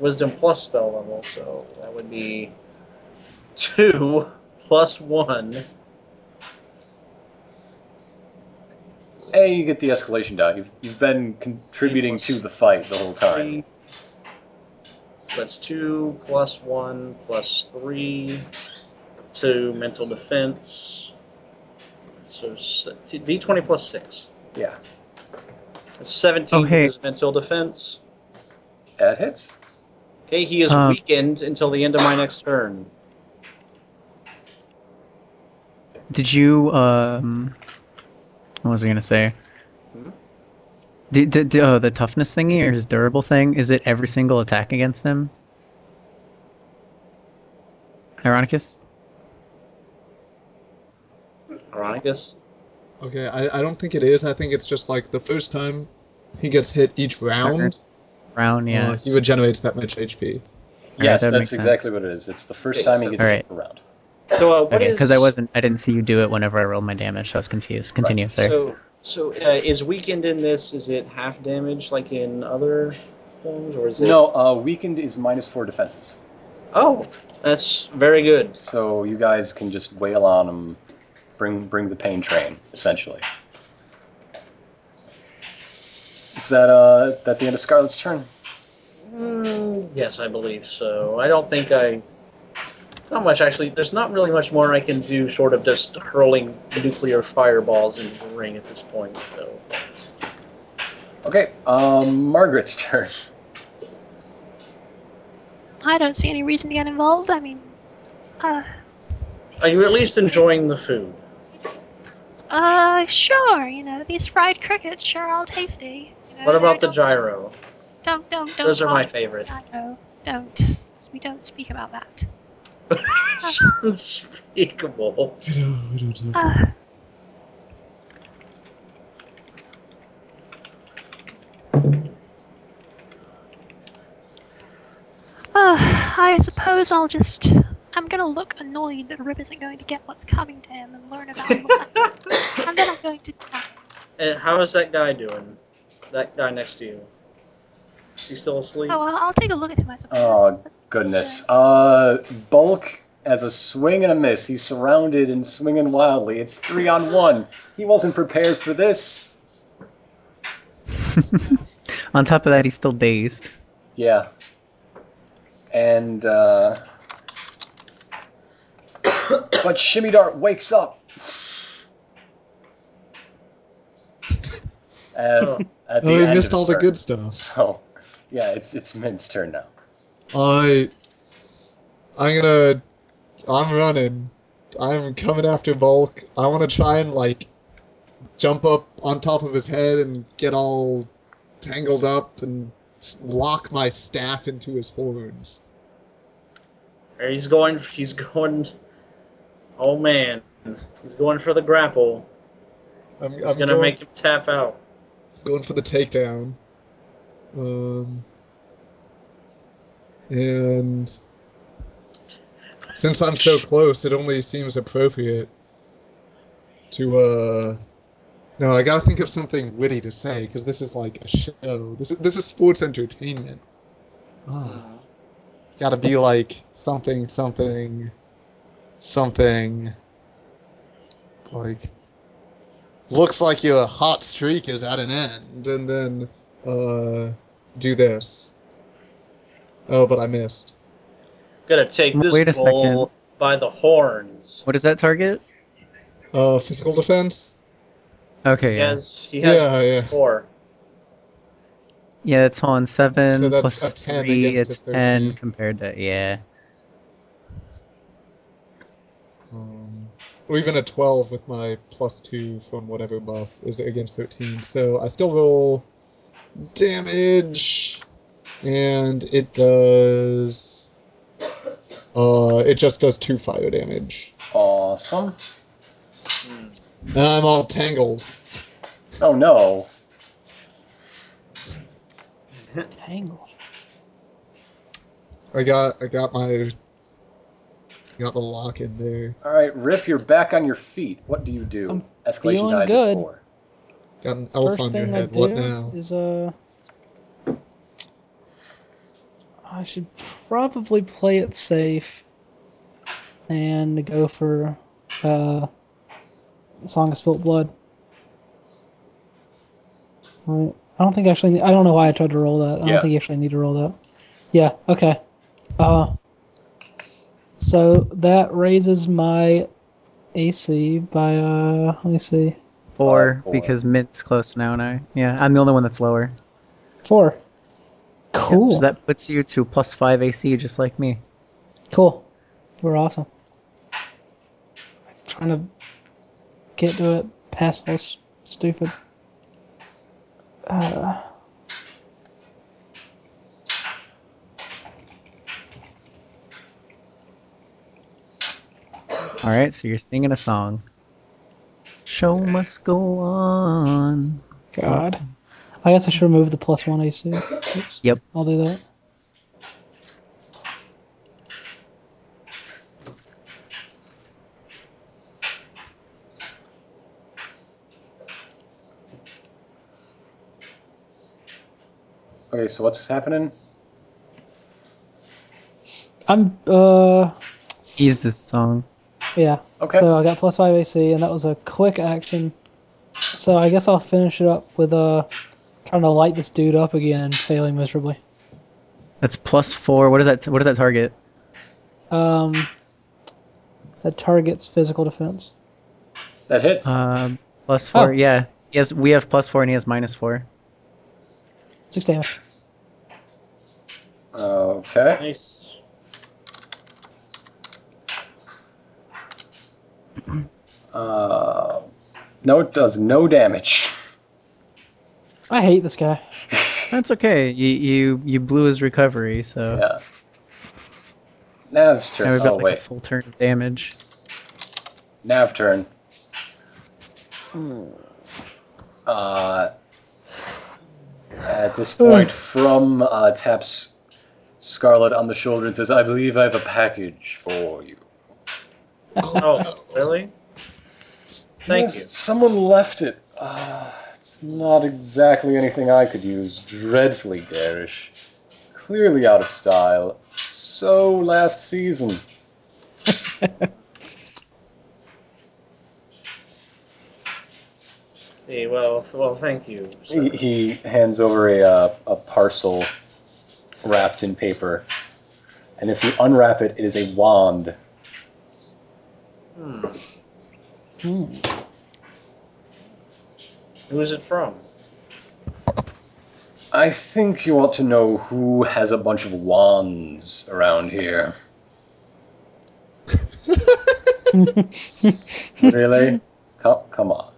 [SPEAKER 1] wisdom plus spell level. So that would be two plus one.
[SPEAKER 4] Hey, you get the escalation die. You've, you've been contributing to the fight the whole
[SPEAKER 1] Three.
[SPEAKER 4] time.
[SPEAKER 1] Plus two, plus one, plus three. Two mental defense. So s- d20 plus six.
[SPEAKER 4] Yeah.
[SPEAKER 1] It's 17
[SPEAKER 5] Okay.
[SPEAKER 1] is mental defense.
[SPEAKER 4] That hits.
[SPEAKER 1] Okay, he is
[SPEAKER 5] Um,
[SPEAKER 1] weakened until the end of my next turn.
[SPEAKER 5] Did you um what was I gonna say?
[SPEAKER 1] Hmm?
[SPEAKER 5] Did, did, did- oh, the toughness thingy or his durable thing? Is it every single attack against him? Ironicus?
[SPEAKER 1] Ironicus.
[SPEAKER 6] Okay, I, I don't think it is. I think it's just like the first time he gets hit each round,
[SPEAKER 5] Brown, yeah.
[SPEAKER 6] uh, he regenerates that much HP.
[SPEAKER 5] right,
[SPEAKER 4] yes,
[SPEAKER 5] that
[SPEAKER 4] that's
[SPEAKER 5] makes
[SPEAKER 4] exactly
[SPEAKER 5] sense.
[SPEAKER 4] what it is. It's the first
[SPEAKER 1] Okay,
[SPEAKER 4] time
[SPEAKER 1] so-
[SPEAKER 4] he gets
[SPEAKER 5] All right.
[SPEAKER 4] around.
[SPEAKER 1] So uh, what
[SPEAKER 5] okay, because I
[SPEAKER 1] is-
[SPEAKER 5] wasn't I didn't see you do it whenever I rolled my damage, so I was confused. Continue, sir.
[SPEAKER 1] So so uh, is weakened in this? Is it half damage like in other films, or is it?
[SPEAKER 4] No, uh, weakened is minus four defenses.
[SPEAKER 1] Oh, that's very good.
[SPEAKER 4] So you guys can just wail on him, bring bring the pain train, essentially. Is that uh that the end of Scarlet's turn?
[SPEAKER 1] Mm, yes, I believe so. I don't think I. Not much actually. There's not really much more I can do, short of just hurling nuclear fireballs into the ring at this point. So.
[SPEAKER 4] Okay, um, Margaret's turn.
[SPEAKER 2] I don't see any reason to get involved. I mean, uh,
[SPEAKER 1] Are you at least enjoying the food?
[SPEAKER 2] uh, sure, you know, these fried crickets sure all tasty. You know,
[SPEAKER 1] What
[SPEAKER 2] I
[SPEAKER 1] about the
[SPEAKER 2] don't-
[SPEAKER 1] gyro?
[SPEAKER 2] Don't, don't, don't.
[SPEAKER 1] Those are my
[SPEAKER 2] talk-
[SPEAKER 1] favorite.
[SPEAKER 2] No, don't. We don't speak about that.
[SPEAKER 1] Unspeakable.
[SPEAKER 6] We don't, we don't talk
[SPEAKER 2] Uh, Uh, I suppose I'll just. I'm gonna look annoyed that Rip isn't going to get what's coming to him and learn about all of that. and then I'm going to. die.
[SPEAKER 1] And how is that guy doing? That guy next to you. Is he still asleep?
[SPEAKER 2] Oh, I'll, I'll take a look at him, I suppose.
[SPEAKER 4] Oh,
[SPEAKER 2] That's-
[SPEAKER 4] Goodness. Uh, Bulk has a swing and a miss. He's surrounded and swinging wildly. It's three on one. He wasn't prepared for this.
[SPEAKER 5] On top of that, he's still dazed.
[SPEAKER 4] Yeah. And, uh. but Shimmy Dart wakes up. At,
[SPEAKER 1] Oh.
[SPEAKER 4] at the end
[SPEAKER 6] Oh, he
[SPEAKER 4] of
[SPEAKER 6] missed
[SPEAKER 4] his
[SPEAKER 6] all the
[SPEAKER 4] turn.
[SPEAKER 6] good stuff.
[SPEAKER 4] So, yeah, it's, it's Min's turn now.
[SPEAKER 6] I, I'm gonna, I'm running. I'm coming after Volk. I want to try and like jump up on top of his head and get all tangled up and s- lock my staff into his horns.
[SPEAKER 1] Or He's going. He's going. Oh man, he's going for the grapple.
[SPEAKER 6] I'm,
[SPEAKER 1] He's
[SPEAKER 6] I'm
[SPEAKER 1] gonna
[SPEAKER 6] going,
[SPEAKER 1] make him tap out.
[SPEAKER 6] going for the takedown. Um, and since I'm so close, it only seems appropriate to uh. No, I gotta think of something witty to say because this is like a show. This is this is sports entertainment. Ah, gotta be like something, something, something. It's like looks like your hot streak is at an end, and then uh, do this. Oh, but I missed.
[SPEAKER 1] Gonna take this
[SPEAKER 5] Wait a
[SPEAKER 1] bull by the horns.
[SPEAKER 5] What is that target?
[SPEAKER 6] Uh, physical defense.
[SPEAKER 5] Okay,
[SPEAKER 1] He
[SPEAKER 5] yeah.
[SPEAKER 1] has. He has
[SPEAKER 6] Yeah, yeah.
[SPEAKER 1] four.
[SPEAKER 5] Yeah, it's on 7
[SPEAKER 6] So that's
[SPEAKER 5] plus
[SPEAKER 6] a 10
[SPEAKER 5] three,
[SPEAKER 6] against
[SPEAKER 5] it's
[SPEAKER 6] his
[SPEAKER 5] 10
[SPEAKER 6] 13.
[SPEAKER 5] compared to... Yeah.
[SPEAKER 6] Um, or even a 12 with my plus 2 from whatever buff is against 13. So I still roll damage, and it does. Uh, it just does 2 fire damage.
[SPEAKER 4] Awesome.
[SPEAKER 6] And I'm all tangled.
[SPEAKER 4] Oh no.
[SPEAKER 7] Tangle.
[SPEAKER 6] I got I got my got the lock in there.
[SPEAKER 4] All right, Rip, you're back on your feet. What do you do?
[SPEAKER 7] I'm
[SPEAKER 4] Escalation
[SPEAKER 7] feeling
[SPEAKER 4] dies
[SPEAKER 7] good.
[SPEAKER 4] at four.
[SPEAKER 6] Got an elf
[SPEAKER 7] First
[SPEAKER 6] on your
[SPEAKER 7] thing
[SPEAKER 6] head.
[SPEAKER 7] I do
[SPEAKER 6] What now?
[SPEAKER 7] is uh, I should probably play it safe and go for uh, Song of Spilt Blood. Right. I don't think I actually. Need, I don't know why I tried to roll that. I
[SPEAKER 4] Yeah.
[SPEAKER 7] don't think you actually need to roll that. Yeah. Okay. Uh. So that raises my AC by uh. Let me see.
[SPEAKER 5] Four,
[SPEAKER 4] four.
[SPEAKER 5] because Mint's close now, and I... Yeah, I'm the only one that's lower.
[SPEAKER 7] Four.
[SPEAKER 5] Yep,
[SPEAKER 7] Cool.
[SPEAKER 5] so that puts you to plus 5 AC, just like me.
[SPEAKER 7] Cool. We're awesome. I'm trying to get to it past all this stupid. Uh,
[SPEAKER 5] Alright, so you're singing a song. Show must go on.
[SPEAKER 7] God. I guess I should remove the plus one AC. Oops.
[SPEAKER 5] Yep.
[SPEAKER 7] I'll do that.
[SPEAKER 4] Okay, so what's happening?
[SPEAKER 7] I'm, uh,
[SPEAKER 5] Use this song.
[SPEAKER 7] yeah.
[SPEAKER 4] Okay.
[SPEAKER 7] So I got plus five AC, and that was a quick action. So I guess I'll finish it up with, uh, trying to light this dude up again and failing miserably.
[SPEAKER 5] That's plus 4. What is that, what is that target?
[SPEAKER 7] Um, that targets physical defense.
[SPEAKER 4] That hits.
[SPEAKER 5] Um, plus 4,
[SPEAKER 7] Uh, Oh.
[SPEAKER 5] yeah. He has, we have plus 4 and he has minus 4.
[SPEAKER 7] Six damage.
[SPEAKER 4] okay.
[SPEAKER 1] Nice.
[SPEAKER 4] Uh, no, it does no damage.
[SPEAKER 7] I hate this guy.
[SPEAKER 5] That's okay. You you you blew his recovery, so
[SPEAKER 4] Yeah. Nav's
[SPEAKER 5] now
[SPEAKER 4] turn.
[SPEAKER 5] we've got
[SPEAKER 4] Oh
[SPEAKER 5] like a
[SPEAKER 4] wait,
[SPEAKER 5] full turn of damage.
[SPEAKER 4] Nav turn.
[SPEAKER 5] Hmm.
[SPEAKER 3] Oh,
[SPEAKER 4] Uh, at this point,
[SPEAKER 5] Hmm.
[SPEAKER 4] From uh, taps Scarlet on the shoulder and says, "I believe I have a package for you."
[SPEAKER 1] Oh, really? Thank
[SPEAKER 4] Yes, Someone left it. Uh, it's not exactly anything I could use. Dreadfully garish. Clearly out of style. So last season.
[SPEAKER 1] you. See, well, well, thank you.
[SPEAKER 4] He,
[SPEAKER 1] sir.
[SPEAKER 4] he hands over a, uh, a parcel wrapped in paper. And if you unwrap it, it is a wand.
[SPEAKER 1] Hmm.
[SPEAKER 4] Hmm.
[SPEAKER 1] Who is it from?
[SPEAKER 4] I think you ought to know who has a bunch of wands around here. Really? come, come on.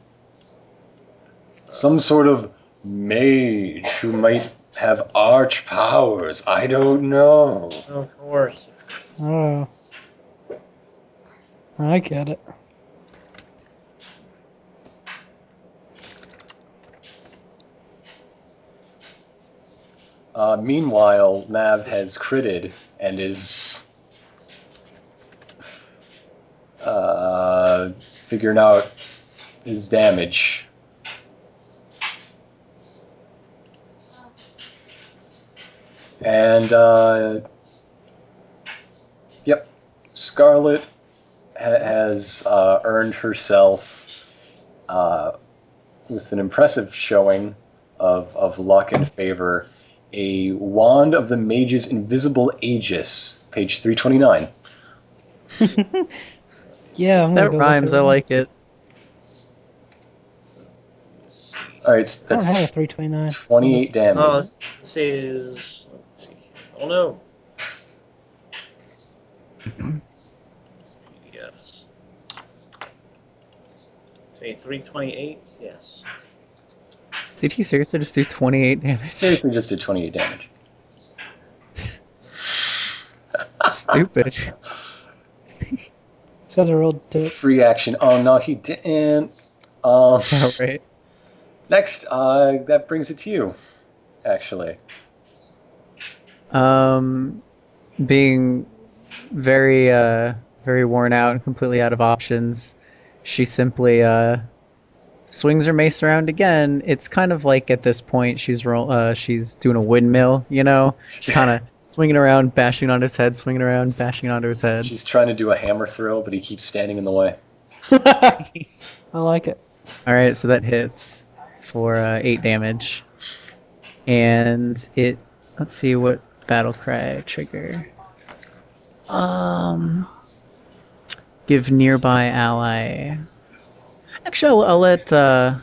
[SPEAKER 4] Some sort of mage who might have arch powers. I don't know.
[SPEAKER 1] Of course.
[SPEAKER 7] Oh. I get it.
[SPEAKER 4] Uh, meanwhile, Nav has critted and is uh, figuring out his damage. And uh, yep, Scarlet ha- has uh, earned herself uh, with an impressive showing of, of luck and favor a wand of the mage's invisible aegis, page 329.
[SPEAKER 7] Yeah, I'm gonna
[SPEAKER 5] That
[SPEAKER 7] go look
[SPEAKER 5] rhymes.
[SPEAKER 7] at
[SPEAKER 5] I
[SPEAKER 7] it.
[SPEAKER 5] like it.
[SPEAKER 4] All right,
[SPEAKER 7] I
[SPEAKER 5] Oh,
[SPEAKER 7] don't have a
[SPEAKER 4] that's
[SPEAKER 7] 329.
[SPEAKER 4] 28
[SPEAKER 1] Oh,
[SPEAKER 4] damage.
[SPEAKER 1] this is. Let's see. Oh no. PDFs. Say 328. Yes.
[SPEAKER 5] Did he seriously just do 28 damage?
[SPEAKER 4] Seriously, just did 28 damage.
[SPEAKER 5] Stupid.
[SPEAKER 7] These guys are real dicks.
[SPEAKER 4] Free action. Oh no, he didn't. Um,
[SPEAKER 5] Yeah, right.
[SPEAKER 4] next, uh, that brings it to you. Actually,
[SPEAKER 5] Um, being very, uh, very worn out and completely out of options, she simply uh, swings her mace around again. It's kind of like at this point she's roll, uh, she's doing a windmill, you know, she's kind of swinging around, bashing onto his head, swinging around, bashing onto his head.
[SPEAKER 4] she's trying to do a hammer throw, but he keeps standing in the way.
[SPEAKER 7] I like it.
[SPEAKER 5] All right, so that hits for uh, eight damage, and it. Let's see what battle cry trigger. Um, give nearby ally. Actually, I'll, I'll let uh,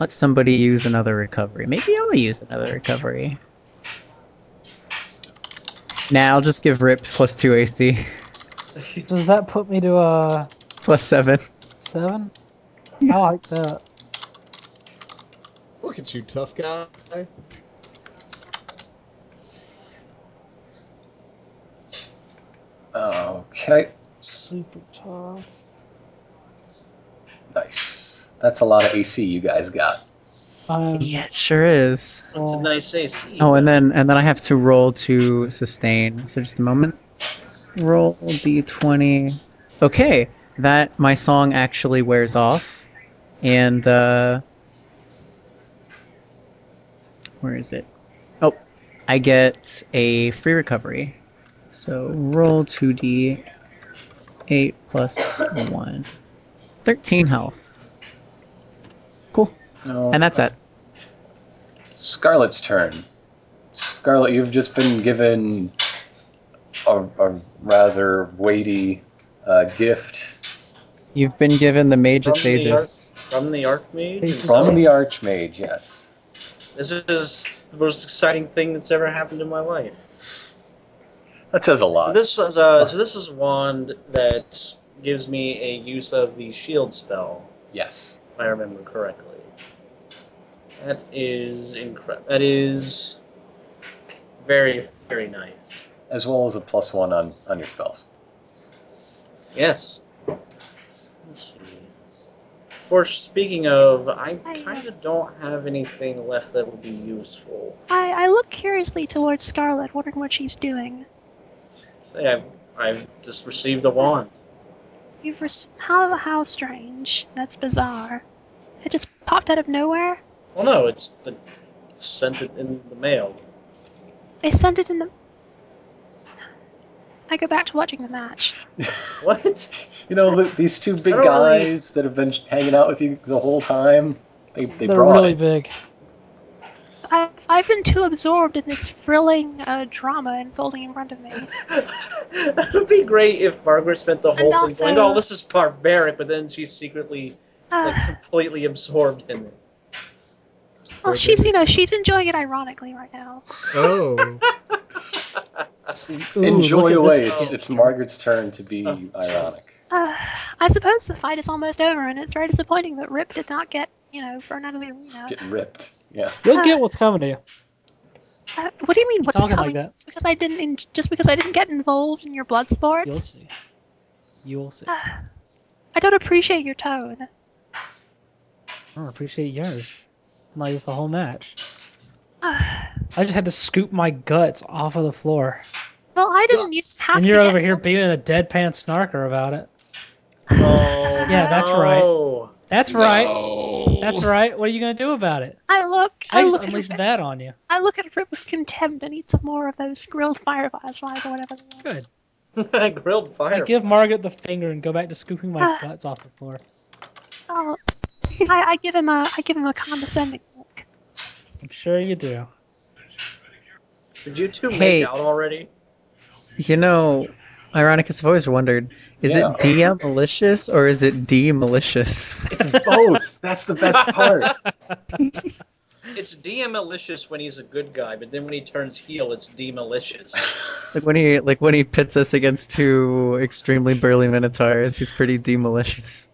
[SPEAKER 5] let somebody use another recovery. Maybe I'll use another recovery. Now I'll just give Rip plus two AC,
[SPEAKER 7] Does that put me to a
[SPEAKER 5] plus seven.
[SPEAKER 7] seven? I like that.
[SPEAKER 6] Look at you, tough guy.
[SPEAKER 4] Okay,
[SPEAKER 7] Super tough.
[SPEAKER 4] nice. That's a lot of AC you guys got.
[SPEAKER 7] I'm
[SPEAKER 5] Yeah, it sure is.
[SPEAKER 1] That's a
[SPEAKER 7] Oh.
[SPEAKER 1] nice AC.
[SPEAKER 5] Oh, and then and then I have to roll to sustain. So just a moment. Roll d20. Okay, that my song actually wears off, and uh, where is it? Oh, I get a free recovery. So roll 2d8 plus one. 13 health. Cool. And that's it.
[SPEAKER 4] Scarlet's turn. Scarlet, you've just been given a, a rather weighty uh, gift
[SPEAKER 5] You've been given the Mage's
[SPEAKER 1] From the
[SPEAKER 5] Aegis.
[SPEAKER 1] From the Archmage?
[SPEAKER 7] Hey,
[SPEAKER 1] himself?
[SPEAKER 4] from the Archmage, yes.
[SPEAKER 1] This is the most exciting thing that's ever happened in my life.
[SPEAKER 4] That says a
[SPEAKER 1] So
[SPEAKER 4] lot.
[SPEAKER 1] this was uh, so this is wand that gives me a use of the shield spell,
[SPEAKER 4] Yes.
[SPEAKER 1] if I remember correctly. That is incredible. That is very, very nice.
[SPEAKER 4] as well as a plus one on, on your spells.
[SPEAKER 1] Yes. Let's see. Of course, speaking of, I
[SPEAKER 2] I-
[SPEAKER 1] kind of don't have anything left that would be useful.
[SPEAKER 2] uh, I, I look curiously towards Scarlet, wondering what she's doing.
[SPEAKER 1] Say, I've, I've just received a wand.
[SPEAKER 2] You've res- how how strange. That's bizarre. It just popped out of nowhere.
[SPEAKER 1] Well, no, it's the, sent it in the mail.
[SPEAKER 2] They sent it in the. I go back to watching the match.
[SPEAKER 1] What?
[SPEAKER 4] You know, the, these two big
[SPEAKER 1] I don't really-
[SPEAKER 4] guys that have been hanging out with you the whole time, they, they
[SPEAKER 7] They're
[SPEAKER 4] brought
[SPEAKER 7] really
[SPEAKER 4] it.
[SPEAKER 7] big.
[SPEAKER 2] I've, I've been too absorbed in this thrilling uh, drama unfolding in front of me.
[SPEAKER 1] that would be great if Margaret spent the whole
[SPEAKER 2] And
[SPEAKER 1] thing going,
[SPEAKER 2] also-
[SPEAKER 1] "Oh, this is barbaric," but then she's secretly like
[SPEAKER 2] Uh,
[SPEAKER 1] completely absorbed in it.
[SPEAKER 2] well,
[SPEAKER 5] Oh,
[SPEAKER 6] Spread
[SPEAKER 2] she's
[SPEAKER 6] it.
[SPEAKER 2] you know she's enjoying it ironically right now.
[SPEAKER 6] Oh,
[SPEAKER 7] Ooh, look
[SPEAKER 4] Enjoy
[SPEAKER 7] at
[SPEAKER 4] away.
[SPEAKER 7] this-
[SPEAKER 4] It's, it's Margaret's turn to be
[SPEAKER 1] Oh, jeez.
[SPEAKER 4] ironic.
[SPEAKER 2] Uh, I suppose the fight is almost over, and it's very disappointing that Rip did not get you know thrown out of the arena.
[SPEAKER 4] Get ripped. Yeah.
[SPEAKER 7] You'll get what's coming to you.
[SPEAKER 2] Uh, what do you mean? What's
[SPEAKER 7] Talking like
[SPEAKER 2] coming?
[SPEAKER 7] that.
[SPEAKER 2] Just because I didn't, in- just because I didn't get involved in your blood
[SPEAKER 7] You'll
[SPEAKER 2] sports,
[SPEAKER 7] see. You'll see.
[SPEAKER 2] I don't appreciate your tone.
[SPEAKER 7] I don't appreciate yours. I'm like, it's the whole match.
[SPEAKER 2] Uh,
[SPEAKER 7] I just had to scoop my guts off of the floor.
[SPEAKER 2] well, I didn't even
[SPEAKER 6] Yes.
[SPEAKER 2] have
[SPEAKER 7] and
[SPEAKER 2] to
[SPEAKER 7] you're
[SPEAKER 2] get
[SPEAKER 7] over here being a deadpan snarker about it.
[SPEAKER 1] Oh,
[SPEAKER 7] Yeah, that's right.
[SPEAKER 1] no.
[SPEAKER 7] That's right.
[SPEAKER 3] No.
[SPEAKER 7] That's right. What are you going to do about it?
[SPEAKER 2] I look, I,
[SPEAKER 7] I just
[SPEAKER 2] look at
[SPEAKER 7] unleashed
[SPEAKER 2] Rip,
[SPEAKER 7] that on you.
[SPEAKER 2] I look at Rip with contempt and eat some more of those grilled fireflies flies or whatever. they are.
[SPEAKER 7] Good.
[SPEAKER 1] grilled
[SPEAKER 7] I
[SPEAKER 1] fire.
[SPEAKER 7] give Margaret the finger and go back to scooping my
[SPEAKER 2] Ah.
[SPEAKER 7] guts off the floor.
[SPEAKER 2] Oh, I, I give him a, I give him a condescending look.
[SPEAKER 7] I'm sure you do.
[SPEAKER 1] Did you two
[SPEAKER 5] Hey.
[SPEAKER 1] make out already?
[SPEAKER 5] You know, Ironicus, I've always wondered is
[SPEAKER 4] Yeah.
[SPEAKER 5] it DM malicious or is it D malicious?
[SPEAKER 4] Both. That's the best part.
[SPEAKER 1] It's D malicious when he's a good guy, but then when he turns heel, it's D malicious.
[SPEAKER 5] like when he like when he pits us against two extremely burly minotaurs, he's pretty D malicious.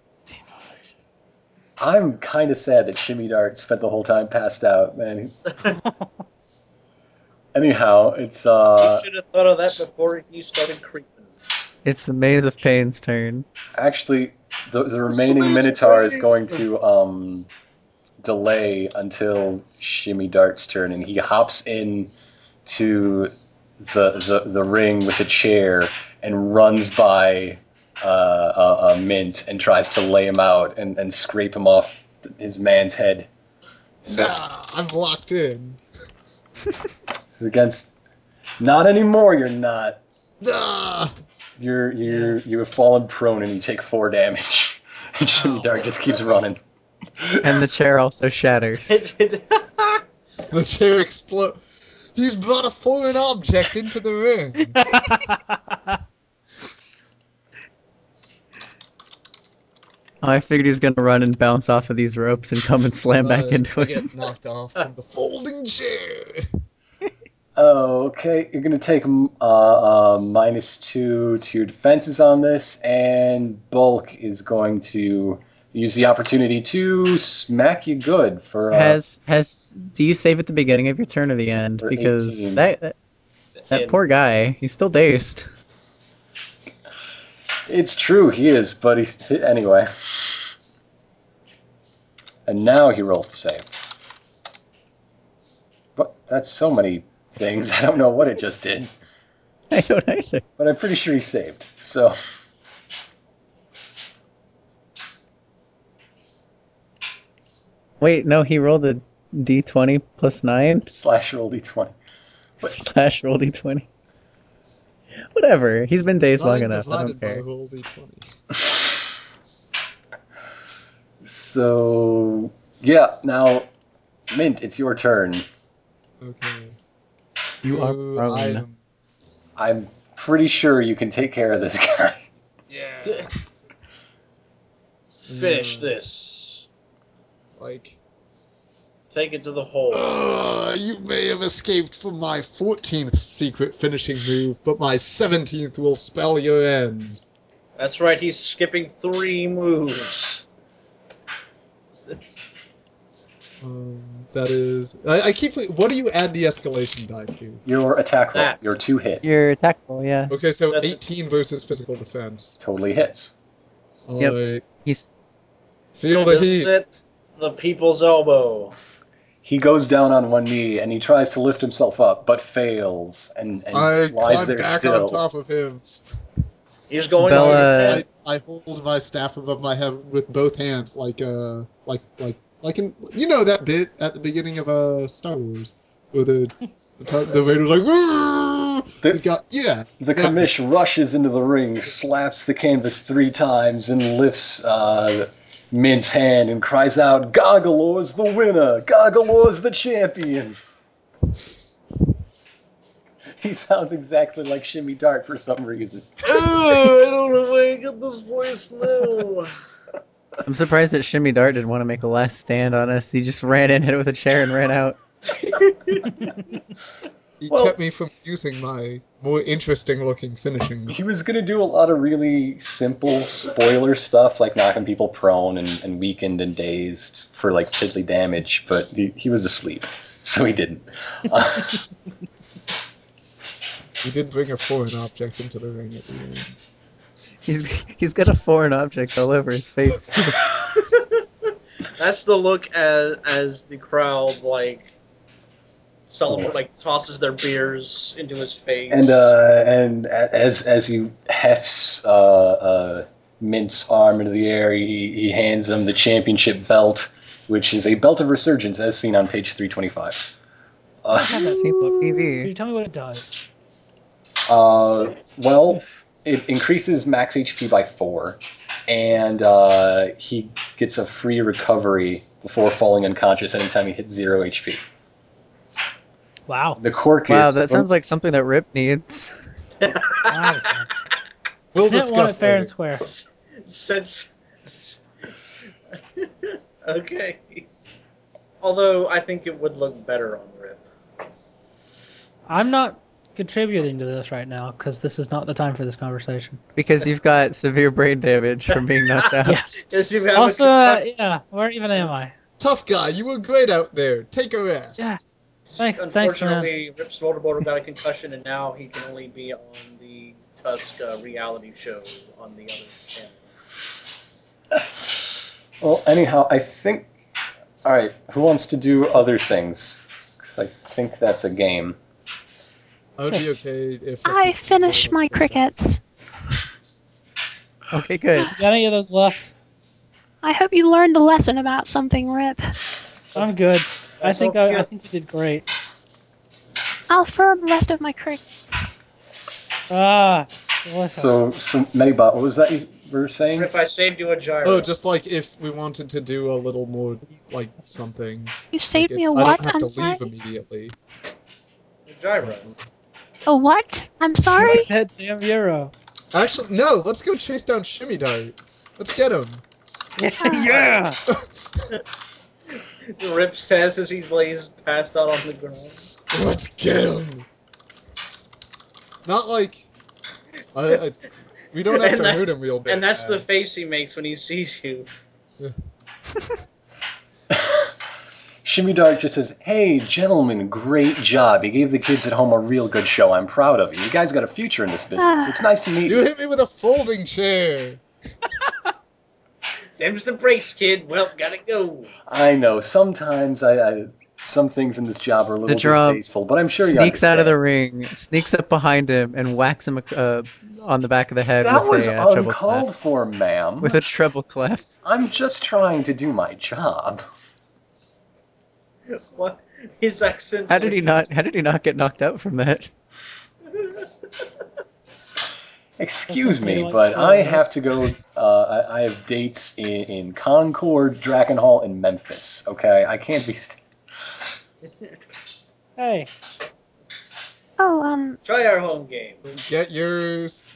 [SPEAKER 4] I'm kind of sad that Shimmy Dart spent the whole time passed out, man. Anyhow, it's uh
[SPEAKER 1] you should have thought of that before he started creeping.
[SPEAKER 5] It's the maze of pain's turn.
[SPEAKER 4] actually the, the remaining
[SPEAKER 1] last
[SPEAKER 4] Minotaur is
[SPEAKER 1] break.
[SPEAKER 4] going to um delay until Shimmy Dart's turn, and he hops in to the the, the ring with a chair and runs by uh, a, a mint and tries to lay him out and, and scrape him off his man's head. So-
[SPEAKER 6] nah, I'm locked in.
[SPEAKER 4] It's against. Not anymore. You're not.
[SPEAKER 6] Nah.
[SPEAKER 4] You're you you have fallen prone and you take four damage. And Shimmy Dark just keeps running.
[SPEAKER 5] And the chair also shatters.
[SPEAKER 6] The chair explodes. He's brought a foreign object into the ring.
[SPEAKER 5] I figured he was gonna run and bounce off of these ropes and come and slam back
[SPEAKER 6] Uh,
[SPEAKER 5] into
[SPEAKER 6] I
[SPEAKER 5] it.
[SPEAKER 6] get knocked off from the folding chair.
[SPEAKER 4] Oh, okay. You're gonna take mm, uh, uh, minus two to your defenses on this, and Bulk is going to use the opportunity to smack you good for uh,
[SPEAKER 5] Has has do you save at the beginning of your turn or the end?
[SPEAKER 4] For
[SPEAKER 5] Because
[SPEAKER 4] 18.
[SPEAKER 5] that that, that poor guy, he's still dazed.
[SPEAKER 4] It's true, he is, but he's anyway. And now he rolls to save. But that's so many things. I don't know what it just did,
[SPEAKER 5] I don't either.
[SPEAKER 4] but I'm pretty sure he saved. So
[SPEAKER 5] Wait, no, he rolled a D twenty plus nine
[SPEAKER 4] slash roll d20.
[SPEAKER 5] slash roll D twenty. Whatever. He's been dazed long
[SPEAKER 6] Nine
[SPEAKER 5] enough. I don't
[SPEAKER 6] divided by
[SPEAKER 5] care.
[SPEAKER 6] roll d20.
[SPEAKER 4] So yeah, now Mint, it's your turn.
[SPEAKER 6] Okay.
[SPEAKER 5] You are
[SPEAKER 6] Ooh,
[SPEAKER 5] prone.
[SPEAKER 6] I am-
[SPEAKER 4] I'm pretty sure you can take care of this guy.
[SPEAKER 6] Yeah.
[SPEAKER 1] Finish
[SPEAKER 6] Mm.
[SPEAKER 1] this.
[SPEAKER 6] Like,
[SPEAKER 1] Take it to the hole.
[SPEAKER 6] Ugh, you may have escaped from my 14th secret finishing move, but my 17th will spell your end.
[SPEAKER 1] That's right, he's skipping three moves. It's-
[SPEAKER 6] Um, That is. I, I keep. What do you add the escalation die to?
[SPEAKER 4] Your attack roll,
[SPEAKER 1] That's-
[SPEAKER 4] your two hit,
[SPEAKER 5] You're tactical, yeah.
[SPEAKER 6] Okay, so
[SPEAKER 1] That's-
[SPEAKER 6] 18 versus physical defense.
[SPEAKER 4] totally hits.
[SPEAKER 6] All
[SPEAKER 5] Yep.
[SPEAKER 6] right.
[SPEAKER 5] He's
[SPEAKER 6] Feel the
[SPEAKER 1] This
[SPEAKER 6] heat.
[SPEAKER 1] it, the people's elbow.
[SPEAKER 4] He goes down on one knee and he tries to lift himself up, but fails and, and
[SPEAKER 6] I
[SPEAKER 4] lies
[SPEAKER 6] climb
[SPEAKER 4] there
[SPEAKER 6] back
[SPEAKER 4] still.
[SPEAKER 6] on top of him.
[SPEAKER 1] He's going.
[SPEAKER 5] Bella-
[SPEAKER 1] over his
[SPEAKER 6] I,
[SPEAKER 1] head.
[SPEAKER 6] I hold my staff above my head with both hands, like uh, like like like in you know that bit at the beginning of uh Star Wars, where the the, t- the Vader's like, "Woo!"
[SPEAKER 4] The-
[SPEAKER 6] he's got yeah,
[SPEAKER 4] The
[SPEAKER 6] Yeah.
[SPEAKER 4] commish rushes into the ring, slaps the canvas three times, and lifts uh, Mint's hand and cries out, Goggleore's the winner! Goggleore's the champion! He sounds exactly like Shimmy Dart for some reason.
[SPEAKER 1] Ooh, I don't know where I get this voice now.
[SPEAKER 5] I'm surprised that Shimmy Dart didn't want to make a last stand on us. He just ran in, hit it with a chair, and ran out.
[SPEAKER 6] he
[SPEAKER 4] Well-
[SPEAKER 6] kept me from using my more interesting looking finishing.
[SPEAKER 4] He was going to do a lot of really simple spoiler stuff, like knocking people prone and, and weakened and dazed for like piddly damage, but he, he was asleep, so he didn't. Uh,
[SPEAKER 6] He did bring a foreign object into the ring at the end.
[SPEAKER 5] He's he's got a foreign object all over his face. too.
[SPEAKER 1] That's the look as as the crowd like celebrate, like tosses their beers into his face.
[SPEAKER 4] And uh, and a- as as he hefts uh, uh, Mint's arm into the air, he, he hands him the championship belt, which is a belt of resurgence, as seen on page three Uh, twenty five.
[SPEAKER 5] I haven't seen it on
[SPEAKER 7] Can you
[SPEAKER 5] TV.
[SPEAKER 7] tell me what it does?
[SPEAKER 4] Uh, well, it increases max HP by four, and uh, he gets a free recovery before falling unconscious anytime he hits zero HP.
[SPEAKER 7] Wow.
[SPEAKER 4] The quirk
[SPEAKER 5] Wow,
[SPEAKER 4] is
[SPEAKER 5] that sounds like something that Rip needs.
[SPEAKER 7] wow.
[SPEAKER 6] We'll
[SPEAKER 7] Didn't want it
[SPEAKER 6] discuss
[SPEAKER 7] fair and
[SPEAKER 6] later.
[SPEAKER 7] square.
[SPEAKER 1] since okay. Although I think it would look better on Rip.
[SPEAKER 7] I'm not contributing to this right now because this is not the time for this conversation.
[SPEAKER 5] Because you've got severe brain damage from being knocked out.
[SPEAKER 7] Yes.
[SPEAKER 1] Yes, you have a-
[SPEAKER 7] Also, uh, yeah, where even am I?
[SPEAKER 6] Tough guy, you were great out there. Take a rest.
[SPEAKER 7] Yeah. Thanks, thanks, man.
[SPEAKER 1] Unfortunately, Rip Smolderboarder got a concussion, and now he can only be on the Tusk uh, reality show on the other channel.
[SPEAKER 4] Well, anyhow, I think. All right, who wants to do other things? 'Cause I think that's a game.
[SPEAKER 6] I would be okay if
[SPEAKER 2] I finished my crickets.
[SPEAKER 5] Okay, good.
[SPEAKER 7] Got any of those left?
[SPEAKER 2] I hope you learned a lesson about something, Rip.
[SPEAKER 7] I'm good. I think I, I
[SPEAKER 1] Sophia.
[SPEAKER 7] think you did great.
[SPEAKER 2] I'll throw the rest of my crickets.
[SPEAKER 7] Ah, delicious.
[SPEAKER 4] So, so Medibot, what was that you were saying?
[SPEAKER 1] Rip, I saved you a gyro.
[SPEAKER 6] Oh, just like if we wanted to do a little more, like something.
[SPEAKER 2] You saved me
[SPEAKER 6] It's-
[SPEAKER 2] a
[SPEAKER 6] I don't
[SPEAKER 2] what?
[SPEAKER 6] have
[SPEAKER 2] I'm
[SPEAKER 6] to
[SPEAKER 2] sorry.
[SPEAKER 6] leave immediately.
[SPEAKER 1] A gyro.
[SPEAKER 2] A what? I'm sorry.
[SPEAKER 7] that damn euro.
[SPEAKER 6] Actually, no. Let's go chase down Shimmy Dart. Let's get him.
[SPEAKER 2] Uh,
[SPEAKER 7] yeah.
[SPEAKER 1] Rip says as he lays passed out on the ground.
[SPEAKER 6] Let's get him. Not like. I, I, we don't have
[SPEAKER 1] And
[SPEAKER 6] to
[SPEAKER 1] that-
[SPEAKER 6] hurt him real bad.
[SPEAKER 1] And that's the face he makes when he sees you.
[SPEAKER 4] Shimmy Dark just says, "Hey, gentlemen, great job! You gave the kids at home a real good show. I'm proud of you. You guys got a future in this business. It's nice to meet
[SPEAKER 6] You
[SPEAKER 4] you."
[SPEAKER 6] hit me with a folding chair.
[SPEAKER 1] Them's the brakes, kid. Well, gotta go.
[SPEAKER 4] I know sometimes I, I some things in this job are a little
[SPEAKER 5] The drum
[SPEAKER 4] distasteful, but I'm sure you
[SPEAKER 5] sneaks out of the
[SPEAKER 4] understand.
[SPEAKER 5] ring, sneaks up behind him, and whacks him uh, on the back of the head
[SPEAKER 4] That
[SPEAKER 5] with
[SPEAKER 4] was
[SPEAKER 5] a uh, treble
[SPEAKER 4] uncalled
[SPEAKER 5] clef.
[SPEAKER 4] for, ma'am.
[SPEAKER 5] With a treble clef.
[SPEAKER 4] I'm just trying to do my job.
[SPEAKER 1] What? His accent.
[SPEAKER 5] How did he not? How did he not get knocked out from that?
[SPEAKER 4] Excuse
[SPEAKER 7] Something
[SPEAKER 4] me,
[SPEAKER 7] like
[SPEAKER 4] but
[SPEAKER 7] that.
[SPEAKER 4] I have to go. Uh, I, I have dates in, in Concord, Drakenhall, and Memphis. Okay, I can't be. St-
[SPEAKER 7] Hey,
[SPEAKER 2] Oh, um,
[SPEAKER 1] Try our home game.
[SPEAKER 6] Get yours.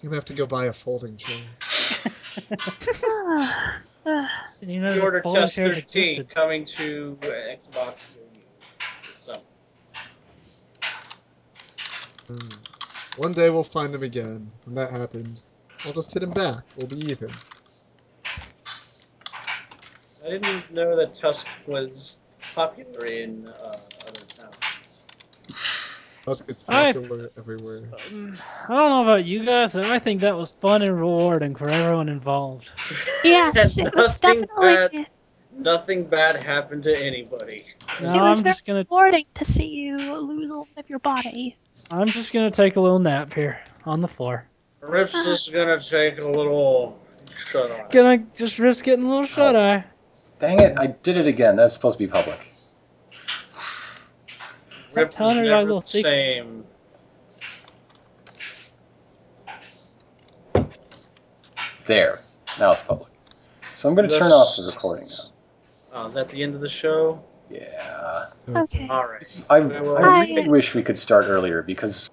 [SPEAKER 6] You have to go buy a folding chair.
[SPEAKER 2] ah, ah.
[SPEAKER 7] you know
[SPEAKER 1] The
[SPEAKER 7] that
[SPEAKER 1] order
[SPEAKER 7] folding
[SPEAKER 1] test
[SPEAKER 7] chairs
[SPEAKER 1] 13
[SPEAKER 7] existed.
[SPEAKER 1] coming to uh, Xbox near you. this summer.
[SPEAKER 6] Hmm. One day we'll find him again. When that happens, I'll just hit him back. We'll be even.
[SPEAKER 1] I didn't know that Tusk was popular in uh, other towns.
[SPEAKER 6] Tusk is
[SPEAKER 7] I-
[SPEAKER 6] popular everywhere.
[SPEAKER 7] Um, I don't know about you guys, but I think that was fun and rewarding for everyone involved.
[SPEAKER 2] Yes, it was
[SPEAKER 1] Nothing uh, bad.
[SPEAKER 2] definitely
[SPEAKER 1] Nothing bad happened to anybody.
[SPEAKER 7] Now
[SPEAKER 2] It was
[SPEAKER 7] I'm just gonna
[SPEAKER 2] rewarding to see you lose all of your body.
[SPEAKER 7] I'm just gonna take a little nap here on the floor.
[SPEAKER 1] Rips is gonna take a little shut on.
[SPEAKER 7] Gonna just risk getting a little shut eye.
[SPEAKER 4] Dang it, I did it again. That's supposed to be public.
[SPEAKER 7] Stop
[SPEAKER 1] Rips
[SPEAKER 7] telling
[SPEAKER 1] is
[SPEAKER 7] her my
[SPEAKER 1] never
[SPEAKER 7] little
[SPEAKER 1] the
[SPEAKER 7] secrets.
[SPEAKER 1] same.
[SPEAKER 4] There. Now it's public. So I'm going to turn off the recording now.
[SPEAKER 1] Oh, is that the end of the show?
[SPEAKER 4] Yeah.
[SPEAKER 2] Okay.
[SPEAKER 1] All right.
[SPEAKER 4] I, I
[SPEAKER 1] Well,
[SPEAKER 4] really wish we could start earlier because